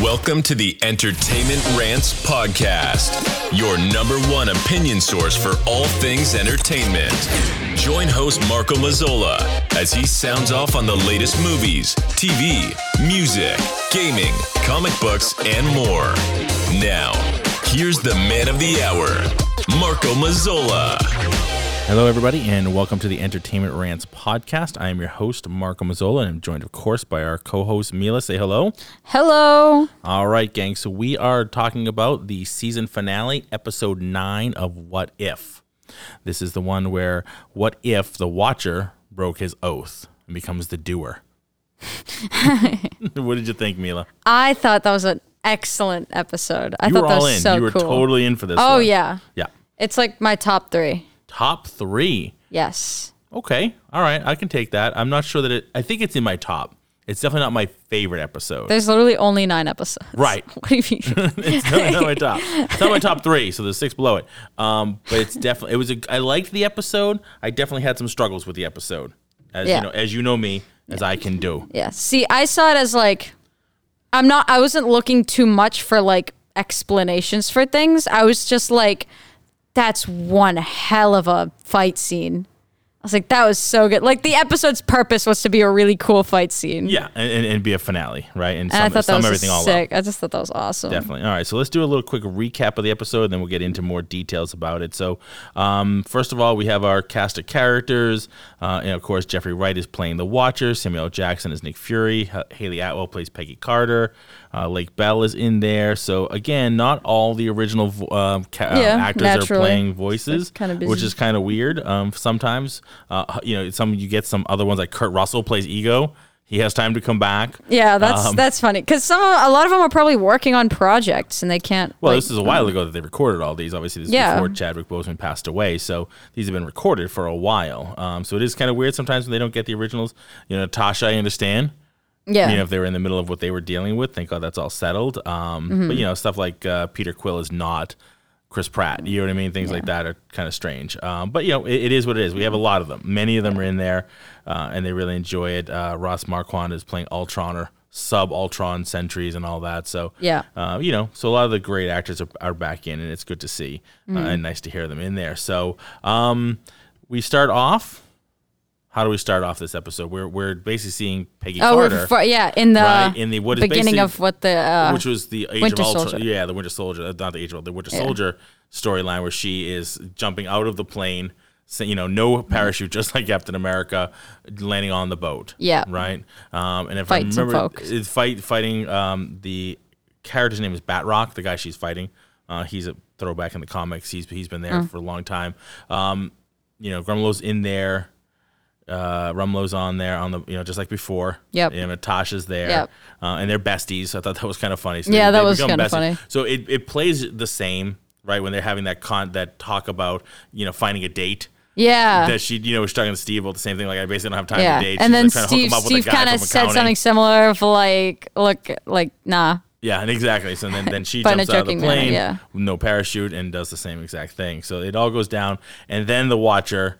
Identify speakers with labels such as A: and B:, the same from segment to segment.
A: Welcome to the Entertainment Rants Podcast, your number one opinion source for all things entertainment. Join host Marco Mazzola as he sounds off on the latest movies, TV, music, gaming, comic books, and more. Now, here's the man of the hour, Marco Mazzola.
B: Hello, everybody, and welcome to the Entertainment Rants podcast. I am your host, Marco Mazzola, and I'm joined, of course, by our co host, Mila. Say hello.
C: Hello.
B: All right, gang. So, we are talking about the season finale, episode nine of What If. This is the one where What If the Watcher broke his oath and becomes the doer. what did you think, Mila?
C: I thought that was an excellent episode. I
B: you
C: thought
B: were
C: that
B: all
C: was
B: in.
C: so
B: you were
C: cool.
B: totally in for this.
C: oh
B: one.
C: yeah.
B: Yeah.
C: It's like my top three.
B: Top three.
C: Yes.
B: Okay. All right. I can take that. I'm not sure that it, I think it's in my top. It's definitely not my favorite episode.
C: There's literally only nine episodes.
B: Right.
C: What do you mean?
B: it's not, not my top. It's not my top three, so there's six below it. Um, but it's definitely it was. A, I liked the episode. I definitely had some struggles with the episode, as
C: Yeah.
B: you know, as you know me, as I can do.
C: yeah. See, I saw it as like I'm not I wasn't looking too much for like explanations for things. I was just like, that's one hell of a fight scene. I was like, that was so good. Like the episode's purpose was to be a really cool fight scene.
B: Yeah, and, and, and be a finale, right? And,
C: And I
B: sum,
C: thought that
B: sum
C: was
B: everything all up.
C: sick. I just thought that was awesome.
B: Definitely. All right. So let's do a little quick recap of the episode, and then we'll get into more details about it. So, um, first of all, we have our cast of characters. Uh, and of course, Jeffrey Wright is playing the Watcher. Samuel L. Jackson is Nick Fury. H- Haley Atwell plays Peggy Carter. Uh, Lake Bell is in there. So again, not all the original vo- um, ca- uh,
C: Yeah,
B: actors are
C: naturally.
B: playing voices,
C: kinda busy.
B: which is kind of weird. Um, sometimes, uh, you know, some you get some other ones like Kurt Russell plays Ego. He has time to come back.
C: Yeah, that's
B: Um,
C: that's funny because some a lot of them are probably working on projects and they can't.
B: Well,
C: like- um,
B: this is a while ago that they recorded all these. Obviously, this is
C: Yeah.
B: before Chadwick Boseman passed away, so these have been recorded for a while. Um, so it is kind of weird sometimes when they don't get the originals. You know, Natasha, I understand.
C: yeah,
B: You know, if they were in the middle of what they were dealing with, thank God that's all settled. Um,
C: Mm-hmm.
B: But you know, stuff like uh, Peter Quill is not Chris Pratt. You know what I mean? Things like that are kind of strange. Um, but you know, it, it is what it is. We have a lot of them. Many of them are in there, uh, and they really enjoy it. Uh, Ross Marquand is playing Ultron or sub Ultron sentries and all that. So
C: Yeah.
B: uh, you know, so a lot of the great actors are, are back in, and it's good to see uh,
C: Mm-hmm.
B: and nice to hear them in there. So um, we start off. How do we start off this episode? We're we're basically seeing Peggy
C: oh, we're
B: Carter,
C: fr- yeah, in the
B: right, in the- what is
C: beginning
B: basically-
C: of what the uh,
B: which was the Age
C: Winter
B: of Ultron.
C: Soldier.
B: Yeah, the Winter Soldier, uh, not the Age of Ultron, the Winter Soldier storyline where she is jumping out of the plane, sa- you know, no
C: Mm-hmm.
B: parachute, just like Captain America, landing on the boat.
C: Yeah.
B: right. Um, and if
C: Fight
B: I
C: some
B: remember,
C: folk.
B: it's fight fighting um, the character's name is Batrock, the guy she's fighting. Uh, he's a throwback in the comics. He's he's been there
C: Mm.
B: for a long time. Um, you know, Grumlow's in there. Uh, Rumlow's on there on the you know just like before.
C: Yep.
B: You know, Natasha's there.
C: Yep.
B: Uh, and they're besties. So I thought that was kind of funny. So
C: Yeah, that was
B: become
C: kinda
B: besties.
C: funny.
B: So it, it plays the same right when they're having that con that talk about you know finding a date.
C: yeah,
B: That she, you know, was talking to Steve about the same thing. Like, I basically don't have time
C: yeah,
B: to date.
C: and then
B: She's, like, trying to hook him
C: Steve
B: up with a
C: Steve
B: guy
C: kind of
B: from
C: said
B: accounting.
C: something similar of like, look, like nah,
B: Yeah, and exactly. So then, then she
C: But in a
B: jumps out of the
C: joking manner,
B: plane,
C: yeah.
B: with no parachute, and does the same exact thing. So it all goes down, and then the Watcher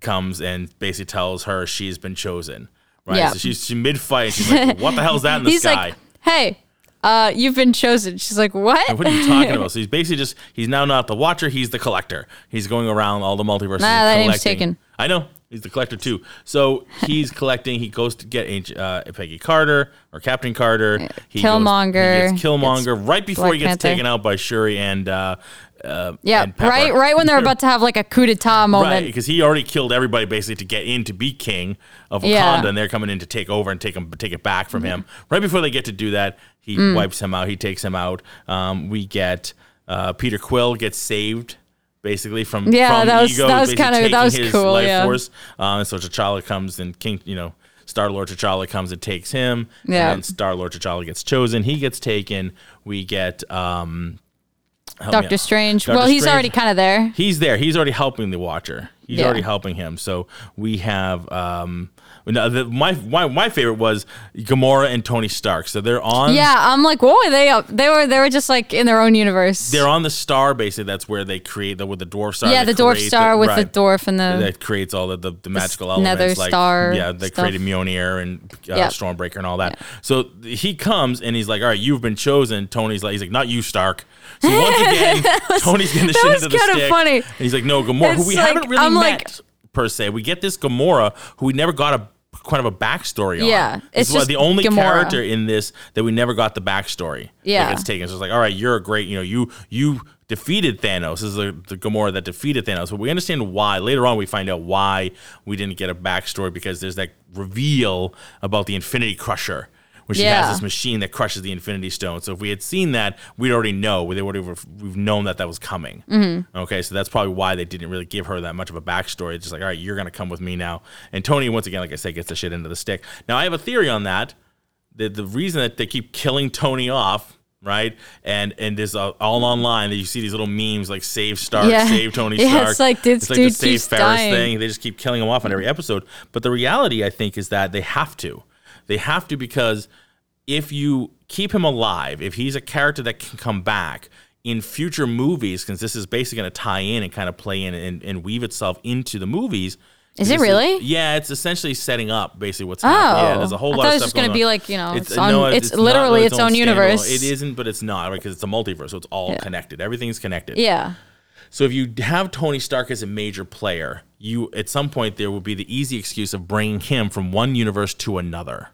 B: comes and basically tells her she's been chosen. Right.
C: Yeah.
B: So she's she mid fight. She's like, "What the hell's that in the
C: he's
B: sky?"
C: like, hey, uh, you've been chosen. She's like, what?
B: what are you talking about? So he's basically just he's now not the watcher, he's the collector. He's going around all the multiverses.
C: Nah,
B: and
C: that name's
B: collecting.
C: taken.
B: I know. He's the collector too. So he's collecting. He goes to get Ang- uh, Peggy Carter or Captain Carter. He goes-
C: Killmonger.
B: he gets Killmonger right before
C: Black
B: he gets
C: Panther.
B: taken out by Shuri and uh, uh,
C: yeah,
B: and Pepper.
C: right, right when they're about to have like a coup d'état moment.
B: Right, because he already killed everybody basically to get in to be king of Wakanda,
C: Yeah.
B: and they're coming in to take over and take him, take it back from him. Right before they get to do that, he
C: Mm.
B: wipes him out. He takes him out. Um, we get uh, Peter Quill gets saved. Basically, from
C: Yeah,
B: from
C: that was-
B: ego,
C: that was
B: basically
C: kinda- that
B: taking
C: was
B: his
C: cool,
B: Life
C: yeah.
B: force. Um, and so T'Challa comes and King, you know, Star Lord T'Challa comes and takes him.
C: Yeah.
B: and Star Lord T'Challa gets chosen. He gets taken. We get um, help me
C: Doctor
B: out.
C: Strange.
B: Doctor
C: well, he's
B: Strange-
C: already kind of there.
B: He's there. He's already helping the Watcher. He's
C: Yeah.
B: already helping him. So we have um, no, the, my, my my favorite was Gamora and Tony Stark. So they're on
C: Yeah, I'm like, whoa, are they up? They were they were just like in their own universe.
B: they're on the star basically. That's where they create the with the dwarf star.
C: yeah, the
B: that
C: dwarf
B: creates
C: star
B: it-
C: with
B: right.
C: the dwarf and the
B: that creates all the the, the magical
C: s-
B: elements,
C: nether
B: like
C: star
B: yeah, they
C: stuff.
B: created Mjolnir and uh,
C: Yeah.
B: Stormbreaker and all that. So th- he comes and he's like, "All right, you've been chosen." Tony's like, "He's like, not you, Stark." So once again, Tony's getting the
C: that
B: shit
C: was
B: into the
C: kinda
B: stick.
C: funny.
B: And he's like, "No, Gamora, who
C: It's
B: we
C: like,
B: haven't really
C: I'm
B: met
C: like-
B: per se. We get this Gamora who we never got a." Kind of a backstory on.
C: Yeah,
B: This
C: it's
B: is why
C: just
B: the only
C: Gamora.
B: character in this that we never got the backstory.
C: Yeah.
B: Like, it's taken. So it's like, all right, you're a great, you know, you you defeated Thanos. This is the, the Gamora that defeated Thanos. But we understand why. Later on, we find out why we didn't get a backstory because there's that reveal about the Infinity Crusher. Where she
C: Yeah.
B: has this machine that crushes the Infinity Stone. So if we had seen that, we'd already know. We'd already we've known that that was coming.
C: Mm-hmm.
B: Okay, so that's probably why they didn't really give her that much of a backstory. It's just like, all right, you're gonna come with me now. And Tony, once again, like I said, gets the shit into the stick. Now I have a theory on that the the reason that they keep killing Tony off, right? And and there's uh, all online that you see these little memes like save Stark,
C: Yeah.
B: save Tony
C: Yeah,
B: Stark.
C: it's like this dude keeps dying.
B: thing. They just keep killing him off on every episode. But the reality, I think, is that they have to. They have to because if you keep him alive, if he's a character that can come back in future movies, because this is basically going to tie in and kind of play in and, and weave itself into the movies.
C: Is it
B: This
C: really?
B: yeah, it's essentially setting up basically what's happening. Yeah, there's a whole
C: Oh. I
B: lot
C: thought
B: of
C: it was
B: stuff
C: just gonna
B: going
C: be
B: on.
C: like, you know, it's on- it's literally
B: really
C: its own
B: standalone.
C: universe.
B: It isn't, but it's not because it's a multiverse, so it's all connected. Everything's connected.
C: yeah.
B: So if you have Tony Stark as a major player, you at some point there will be the easy excuse of bringing him from one universe to another.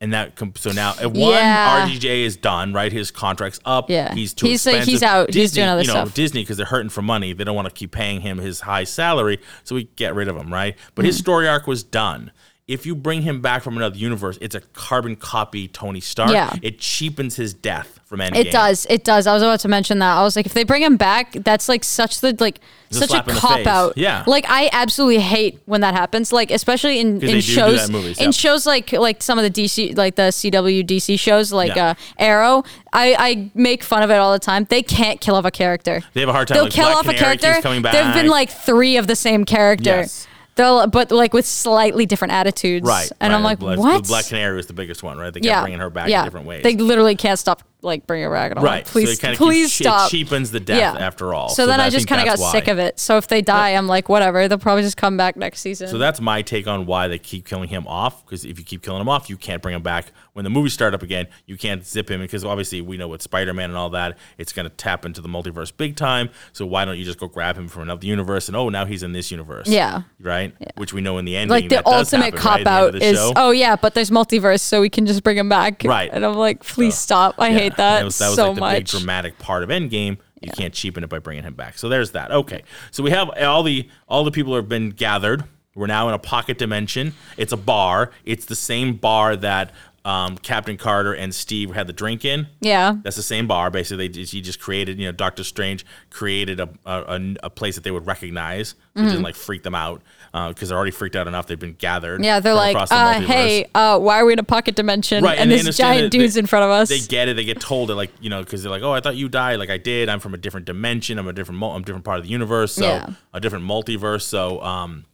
B: And that com- so now at one
C: Yeah.
B: RDJ is done, right? His contract's up.
C: Yeah.
B: he's too
C: He's like,
B: expensive.
C: he's out.
B: Disney,
C: He's doing other
B: you know,
C: stuff.
B: Disney because they're hurting for money. They don't want to keep paying him his high salary, so we get rid of him, right? But
C: Mm.
B: his story arc was done. If you bring him back from another universe, it's a carbon copy Tony Stark.
C: Yeah.
B: It cheapens his death from Endgame.
C: It does. It does. I was about to mention that. I was like, if they bring him back, that's like such the like
B: It's a
C: such a
B: slap in the face.
C: cop out.
B: Yeah.
C: Like I absolutely hate when that happens. Like especially in in
B: they do do that
C: shows
B: in movies,
C: in
B: yeah.
C: shows like like some of the DC like the CW DC shows like
B: Yeah.
C: uh, Arrow. I I make fun of it all the time. They can't kill off a character.
B: They have a hard time.
C: They'll
B: like,
C: kill
B: Black
C: off a
B: Canary keeps
C: character.
B: Coming back.
C: There've been like three of the same character.
B: Yes.
C: They'll but like with slightly different attitudes.
B: Right.
C: And
B: right.
C: I'm like,
B: Black,
C: what?
B: The Black Canary was the biggest one, right? They kept bringing her back in different ways.
C: They literally can't stop like bringing her back at all.
B: right.
C: Please,
B: so it kinda
C: please
B: keeps,
C: stop.
B: It cheapens the death after all.
C: So, then I, just
B: kind of
C: got sick of it. So if they die, I'm like, whatever. They'll probably just come back next season.
B: So that's my take on why they keep killing him off. Because if you keep killing him off, you can't bring him back when the movies start up again. You can't zip him because obviously we know with Spider Man and all that, it's going to tap into the multiverse big time. So why don't you just go grab him from another universe and oh now he's in this universe?
C: Yeah.
B: Right. Which we know in the ending.
C: like the
B: that does
C: ultimate
B: happen, right, at
C: cop
B: the end of
C: out
B: the
C: is,
B: show.
C: oh yeah, but there's multiverse, so we can just bring him back.
B: Right.
C: And I'm like, please stop. I
B: Yeah,
C: hate that,
B: was, that was
C: so
B: like the big
C: much.
B: dramatic part of Endgame. You can't cheapen it by bringing him back. So there's that. Okay. So we have all the all the people have been gathered. We're now in a pocket dimension. It's a bar. It's the same bar that um, Captain Carter and Steve had the drink in.
C: yeah.
B: That's the same bar. Basically, they just, he just created, you know, Doctor Strange created a, a, a- a place that they would recognize, so
C: Mm-hmm.
B: it didn't like freak them out because they're already freaked out enough. They've been gathered.
C: Yeah, they're
B: from
C: like,
B: across the
C: uh,
B: multiverse.
C: hey, uh, why are we in a pocket dimension?
B: Right,
C: and,
B: and they
C: this
B: understand
C: giant
B: that
C: dude's
B: they-
C: in front of us.
B: they get it. They get told it, like you know, because they're like, "Oh, I thought you died. Like I did. I'm from a different dimension. I'm a different. Mul- I'm a different part of the universe. So
C: Yeah.
B: a different multiverse. So um,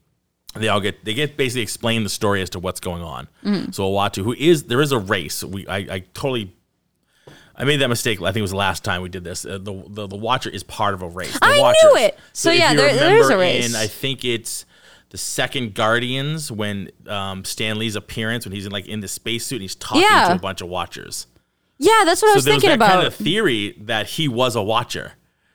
B: they all get they get basically explain the story as to what's going on.
C: Mm.
B: So Awatu, who is there is a race. We I, I totally. I made that mistake. I think it was the last time we did this. Uh, the, the the Watcher is part of a race. The
C: I knew
B: Watchers.
C: it! So,
B: if
C: yeah,
B: you
C: there- there is a
B: remember
C: race.
B: In, I think it's the second Guardians when um, Stan Lee's appearance when he's in like in the spacesuit and he's talking to
C: Yeah.
B: a bunch of Watchers
C: yeah, that's what I was
B: so there was
C: thinking
B: that
C: about.
B: kind of theory that he was a watcher.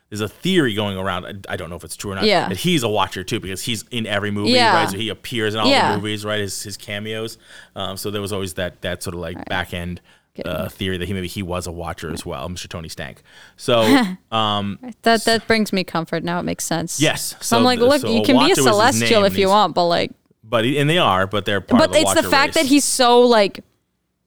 B: There's a theory going around. I- I don't know if it's true or not.
C: Yeah.
B: That he's a watcher too because he's in every movie,
C: Yeah.
B: right? So he appears in all
C: Yeah.
B: the movies, right? His, his cameos. Um, so there was always that that sort of like back end uh, theory that he maybe he was a watcher as well, Mr. Tony Stank. So
C: That that brings me comfort. Now it makes sense.
B: Yes.
C: So,
B: So
C: I'm like,
B: the-
C: look,
B: so
C: you can
B: Owatu
C: be a
B: is his
C: celestial
B: name,
C: if you
B: he's-
C: want, but like,
B: but and they are, but they're part of
C: but
B: the
C: it's the
B: Watcher
C: fact that
B: race.
C: he's so like,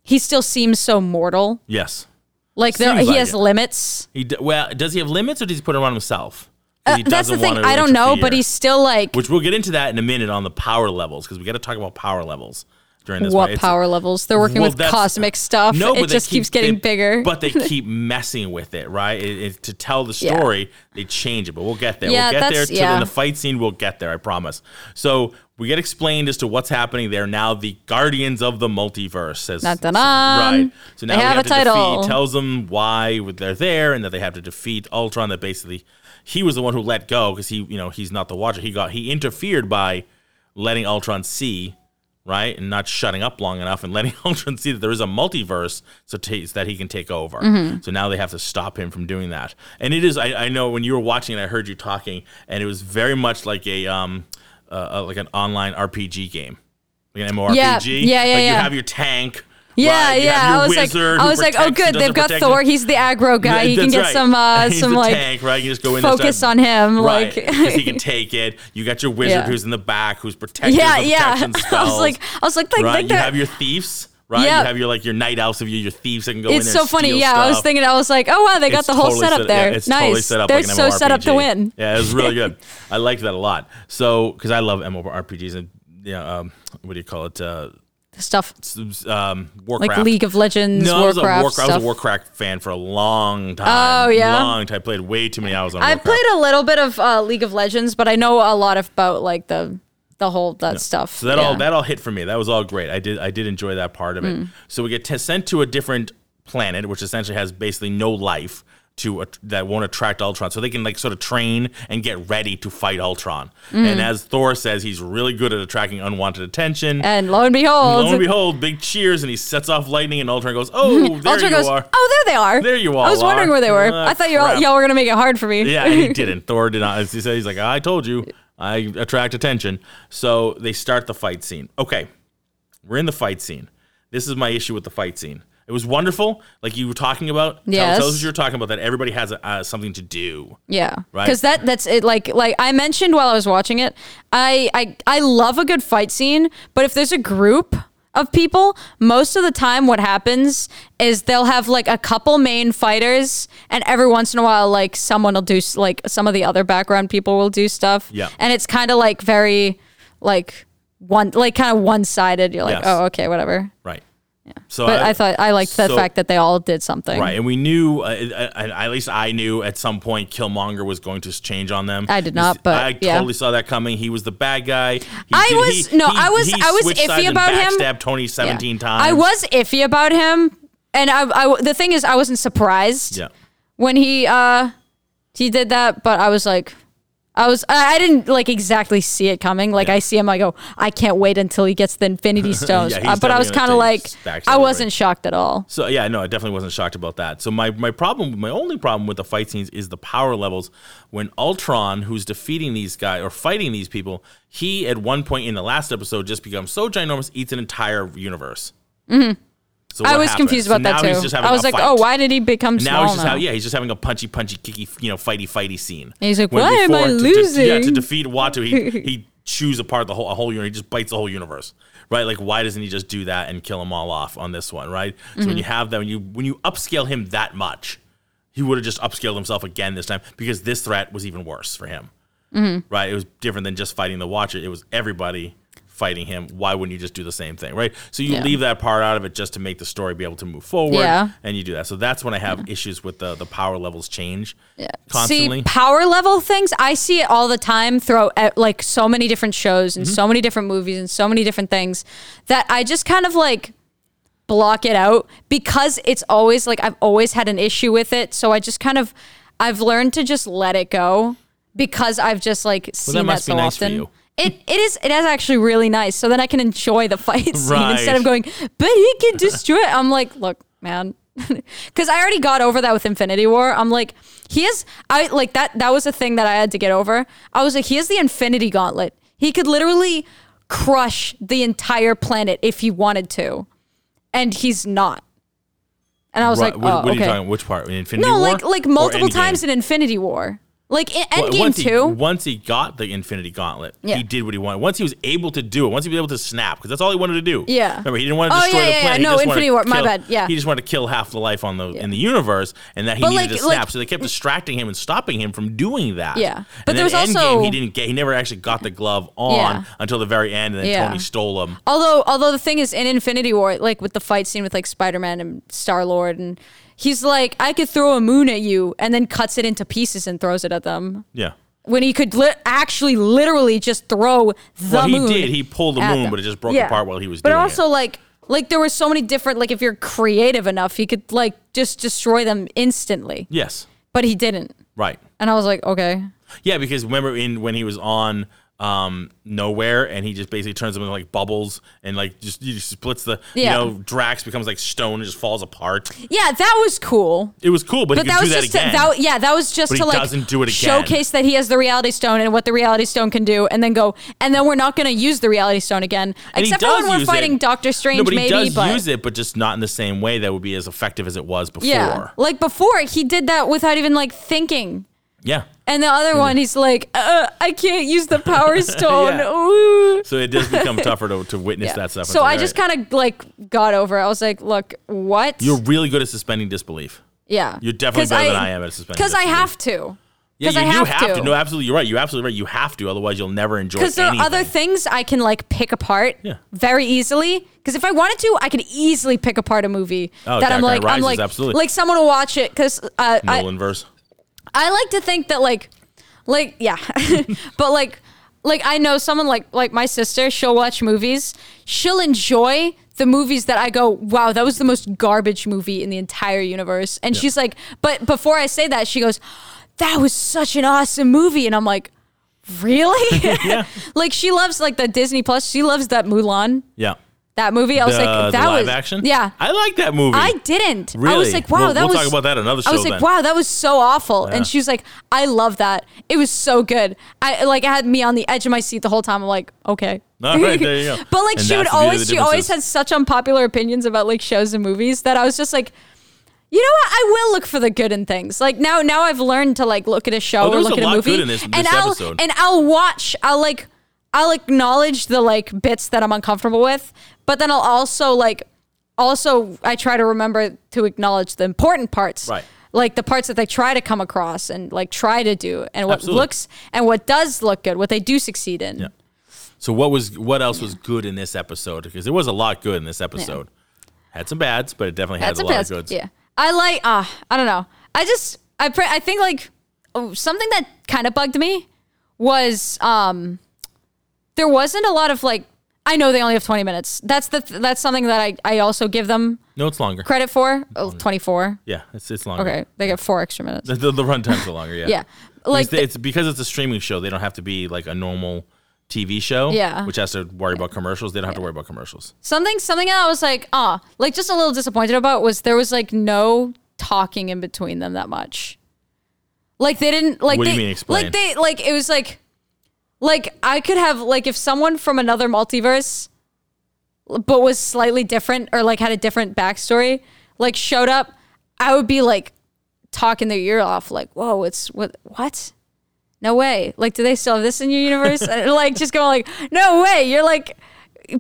C: he still seems so mortal.
B: yes.
C: Like there,
B: Seems
C: he
B: like
C: has
B: it.
C: limits.
B: He d- well, does he have limits or does he put them on himself? 'Cause
C: Uh,
B: he
C: that's the
B: doesn't
C: thing.
B: wanna
C: I don't know, but
B: interfere.
C: he's still like,
B: which we'll get into that in a minute on the power levels because we got to talk about power levels. during this.
C: what
B: one. It's-
C: power levels they're working
B: Well,
C: with
B: that's-
C: cosmic stuff
B: No, but
C: it
B: they
C: just
B: keep-
C: keeps getting
B: they-
C: bigger
B: But they keep messing with it, right? It, it- to tell the
C: Yeah.
B: story, they change it. But we'll get there.
C: Yeah,
B: we'll get there.
C: that's-
B: To,
C: yeah.
B: In the fight scene, we'll get there. I promise. So we get explained as to what's happening. They're now the guardians of the multiverse. Says,
C: Dun-dun-dun.
B: Right. So
C: They
B: now we
C: have
B: have
C: a
B: to
C: title.
B: defeat. Tells them why they're there and that they have to defeat Ultron. That basically he was the one who let go because he, you know, he's not the Watcher. He got he interfered by letting Ultron see right? And not shutting up long enough and letting Ultron see that there is a multiverse so ta- so that he can take over.
C: Mm-hmm.
B: So now they have to stop him from doing that. And it is, I, I know when you were watching it, I heard you talking, and it was very much like a, um, uh, uh, like an online RPG game. Like an MMORPG.
C: Yeah, yeah, yeah,
B: Like you
C: yeah.
B: have your tank.
C: yeah,
B: right? You have
C: yeah.
B: your
C: I was like,
B: wizard
C: I
B: who
C: was like, oh,
B: protects and
C: good. They've
B: doesn't
C: got
B: protect
C: Thor.
B: you.
C: He's the aggro guy.
B: Yeah,
C: he can
B: that's
C: get
B: right.
C: some, uh,
B: He's
C: some
B: the
C: like
B: tank, right? You can just go in and
C: focus
B: start-
C: on him.
B: Right,
C: Like,
B: 'cause he can take it. You got your wizard
C: Yeah.
B: who's in the back, who's protecting.
C: yeah,
B: the
C: yeah.
B: protection
C: I was
B: spells
C: like, I was like, like,
B: right?
C: like
B: you
C: that-
B: have your thieves, right?
C: Yeah.
B: You have your like your night elves of you, your thieves that can go in.
C: It's
B: there
C: so
B: and
C: funny.
B: steal
C: Yeah, I was
B: stuff.
C: thinking, I was like, oh wow, they got
B: It's
C: the whole
B: totally
C: setup
B: set-
C: there.
B: yeah, it's
C: nice.
B: totally set up
C: They're
B: like an
C: so set up to
B: MMORPG.
C: win.
B: Yeah, it's really good. I liked that a lot. So because I love MMORPGs and yeah, um, what do you call it? Uh,
C: Stuff
B: s- um,
C: like
B: Warcraft.
C: League of Legends,
B: no, I was
C: Warcraft,
B: a Warcraft. I
C: stuff.
B: was a Warcraft fan for a long time.
C: Oh, yeah?
B: long time. I played way too many hours on.
C: I
B: Warcraft.
C: played a little bit of uh, League of Legends, but I know a lot of- about like the the whole that stuff.
B: So that all
C: Yeah. Mm.
B: that all hit for me. That was all great. I did I did enjoy that part of it. So we get t- sent to a different planet, which essentially has basically no life to att- that won't attract Ultron. So they can like sort of train and get ready to fight Ultron.
C: Mm.
B: And as Thor says, he's really good at attracting unwanted attention.
C: And lo and behold,
B: Lo and behold, big cheers, and he sets off lightning, and Ultron goes, "Oh, there
C: Ultra
B: you
C: goes,
B: are."
C: oh, there they are.
B: There you
C: I was
B: all
C: wondering
B: are.
C: where they were.
B: Ah,
C: I thought you all,
B: crap.
C: y'all were gonna make it hard for me.
B: Yeah, and he didn't. Thor did not. As he said, he's like, I told you, I attract attention. So they start the fight scene. Okay, we're in the fight scene. This is my issue with the fight scene. It was wonderful, like you were talking about. Tell-
C: Yes.
B: Tell us what you were talking about that everybody has uh, something to do.
C: Yeah,
B: Right.
C: Because that that's it. Like like I mentioned while I was watching it, I I I love a good fight scene, but if there's a group of people, most of the time what happens is they'll have like a couple main fighters, and every once in a while, like someone will do s- like some of the other background people will do stuff.
B: Yeah.
C: and it's kind of like very like one like kind of one sided. You're like,
B: Yes.
C: oh okay, whatever.
B: Right. Yeah. So
C: But I, thought I liked the
B: so-
C: fact that they all did something.
B: Right, and we knew, uh, uh, uh, at least I knew at some point Killmonger was going to change on them.
C: I did not,
B: This-
C: but,
B: I
C: yeah.
B: totally saw that coming. He was the bad guy. He
C: I
B: did-
C: was- no, I was- I was
B: switched
C: iffy
B: sides and
C: about him.
B: Backstabbed Tony
C: Yeah.
B: seventeen times.
C: I was iffy about him, and I, I w- the thing is, I wasn't surprised
B: Yeah.
C: when he uh he did that, but I was like. I was I I didn't like exactly see it coming. Like
B: Yeah.
C: I see him, I go, I can't wait until he gets the Infinity Stones.
B: he's
C: Uh, but I was
B: definitely
C: kind of
B: gonna
C: like,
B: take Stacks
C: I
B: everywhere.
C: wasn't shocked at all.
B: So yeah, no, I definitely wasn't shocked about that. So my my problem, my only problem with the fight scenes is the power levels. When Ultron, who's defeating these guys or fighting these people, he at one point in the last episode just becomes so ginormous, eats an entire universe. So
C: Mm-hmm. I
B: what
C: was
B: happened?
C: confused
B: So
C: about that
B: now
C: too.
B: he's just having
C: I was
B: a
C: like,
B: fight.
C: oh, why did he become
B: Now he's
C: small
B: just
C: now?
B: having, yeah, he's just having a punchy, punchy, kicky, you know, fighty, fighty scene.
C: And he's like,
B: When
C: why am I
B: to- to- yeah, to
C: losing?
B: defeat Watu, he he chews apart the whole a whole universe. He just bites the whole universe, right? Like, why doesn't he just do that and kill them all off on this one, right? So
C: Mm-hmm.
B: when you have that, when you when you upscale him that much, he would have just upscaled himself again this time because this threat was even worse for him, right? It was different than just fighting the Watcher. It was everybody fighting him. Why wouldn't you just do the same thing, right? So you
C: Yeah.
B: leave that part out of it just to make the story be able to move forward
C: Yeah.
B: and you do that. So that's when I have issues with the the power levels change
C: See,
B: constantly.
C: power level things, I see it all the time throughout eh, like so many different shows
B: Mm-hmm.
C: and so many different movies and so many different things that I just kind of like block it out because it's always like I've always had an issue with it. So I just kind of I've learned to just let it go because I've just like seen that,
B: must
C: so
B: be nice for
C: often.
B: you.
C: It it is it is actually really nice. So then I can enjoy the fight scene
B: Right.
C: instead of going, but he can destroy. it." I'm like, look, man, because I already got over that with Infinity War. I'm like, he is. I like that. That was a thing that I had to get over. I was like, he has the Infinity Gauntlet. He could literally crush the entire planet if he wanted to, and he's not. And I was
B: Right,
C: like,
B: what,
C: oh,
B: what are you
C: okay.
B: talking? Which part? Infinity
C: No,
B: War
C: like like
B: or
C: multiple
B: Endgame?
C: times in Infinity War. Like in
B: Well,
C: Endgame
B: once he-
C: two,
B: once he got the Infinity Gauntlet,
C: Yeah.
B: he did what he wanted. Once he was able to do it, once he was able to snap, because that's all he wanted to do.
C: Yeah.
B: remember he didn't want to
C: Oh,
B: destroy
C: yeah,
B: the
C: yeah, yeah.
B: planet.
C: No,
B: he just
C: Infinity
B: wanted to
C: War. My
B: kill-
C: bad. Yeah.
B: he just wanted to kill half the life on the in the universe, and that he
C: But,
B: needed
C: like-
B: to snap.
C: like-
B: so they kept distracting him and stopping him from doing that.
C: Yeah.
B: And then
C: But there was
B: Endgame,
C: also-
B: he didn't get. He never actually got the glove on
C: Yeah.
B: until the very end, and then
C: Yeah.
B: Tony stole him.
C: Although, although the thing is, in Infinity War, like with the fight scene with like Spider Man and Star Lord, and he's like, "I could throw a moon at you," and then cuts it into pieces and throws it at them.
B: Yeah.
C: When he could li- actually, literally, just throw the
B: well, he
C: moon.
B: did. He pulled the
C: at
B: moon,
C: them.
B: but it just broke
C: Yeah.
B: apart while he was
C: But
B: doing
C: also,
B: it.
C: like, like there were so many different. Like, if you're creative enough, he could like just destroy them instantly.
B: Yes.
C: But he didn't,
B: Right.
C: and I was like, okay,
B: Yeah, because remember in when he was on um nowhere and he just basically turns them into like bubbles and like just he just splits the
C: Yeah.
B: you know Drax becomes like stone and just falls apart.
C: yeah, that was cool.
B: It was cool, but,
C: But
B: he
C: that
B: could
C: was
B: do that
C: just to,
B: again.
C: that, yeah, that was just
B: But
C: to
B: he
C: like
B: doesn't do it again.
C: showcase that he has the reality stone and what the reality stone can do, and then go, and then we're not going to use the reality stone again,
B: And he
C: except for
B: does
C: when we're
B: use
C: fighting
B: it.
C: Doctor Strange,
B: No, but he
C: maybe.
B: does
C: but
B: use it, but just not in the same way that would be as effective as it was before.
C: yeah, like before, he did that without even like thinking.
B: Yeah.
C: And the other one, he's like, uh, I can't use the power stone.
B: Yeah.
C: Ooh.
B: So it does become tougher to, to witness
C: Yeah.
B: that stuff.
C: So I just kind of like got over. it. I was like, look, what?
B: You're really good at suspending disbelief.
C: yeah,
B: You're definitely
C: 'Cause
B: better than I am at suspending
C: Because I
B: disbelief.
C: have to.
B: Yeah,
C: 'Cause
B: you
C: I
B: do
C: have
B: have to.
C: to.
B: No, absolutely. You're right. You're absolutely right. You have to. Otherwise, you'll never enjoy
C: because there are
B: anything.
C: other things I can like pick apart
B: Yeah.
C: very easily. Because if I wanted to, I could easily pick apart a movie
B: Oh,
C: that
B: Dark
C: I'm
B: Knight
C: like, I'm
B: Rises,
C: like,
B: absolutely.
C: like someone will watch it. Because uh, I,
B: Nolan verse.
C: I like to think that like, like yeah, but like, like I know someone like like my sister. She'll watch movies. She'll enjoy the movies that I go, wow, that was the most garbage movie in the entire universe. And she's like, but before I say that, she goes, that was such an awesome movie, and I'm like. Really?
B: Yeah.
C: Like she loves like the Disney Plus. She loves that Mulan
B: Yeah.
C: that movie. I was
B: the,
C: like,
B: the
C: that
B: live
C: was
B: action.
C: Yeah,
B: I like that movie.
C: I didn't. I
B: Really?
C: was like, wow,
B: We'll-
C: that
B: we'll
C: was.
B: talk about that another
C: I was
B: show
C: like,
B: then.
C: wow, that was so awful.
B: Yeah.
C: And she was like, I love that. It was so good. I like, it had me on the edge of my seat the whole time. I'm like, okay.
B: All right, there you go.
C: but like,
B: And
C: she
B: that's the beauty
C: would
B: of
C: always,
B: the
C: she always
B: differences.
C: had such unpopular opinions about like shows and movies that I was just like. You know what? I will look for the good in things. Like now, now I've learned to like look at a show
B: Oh, there
C: or
B: was
C: look
B: a
C: at a
B: lot
C: movie,
B: good in this-
C: and
B: this
C: I'll
B: episode.
C: and I'll watch. I'll like, I'll acknowledge the like bits that I'm uncomfortable with, but then I'll also like, also I try to remember to acknowledge the important parts,
B: Right.
C: Like the parts that they try to come across and like try to do, and what
B: Absolutely.
C: looks and what does look good, what they do succeed in.
B: Yeah. So what was what else was good in this episode? Because there was a lot good in this episode. Had some bads, but it definitely
C: That's
B: had a
C: a
B: lot
C: bad.
B: of goods.
C: Yeah, I like. Ah, I don't know. I just I pre- I think like oh, something that kind of bugged me was um there wasn't a lot of like I know they only have 20 minutes. That's the th- that's something that I I also give them
B: No, it's longer.
C: credit for. Oh, 24.
B: yeah, it's it's longer.
C: Okay, they get four extra minutes.
B: The, the, the runtimes are longer. Yeah.
C: Yeah.
B: Like
C: Like
B: it's, because it's a streaming show, they don't have to be like a normal TV show.
C: Yeah.
B: Which has to worry about commercials. They don't have to worry about commercials.
C: something something that I was like, ah, like just a little disappointed about was there was like no talking in between them that much. Like they didn't like
B: What do
C: they
B: you mean, explain?
C: like they like it was like like I could have like if someone from another multiverse but was slightly different or like had a different backstory, like showed up, I would be like talking their ear off, like, whoa, it's what what? No way. Like, do they still have this in your universe? And, like just going like, no way. You're like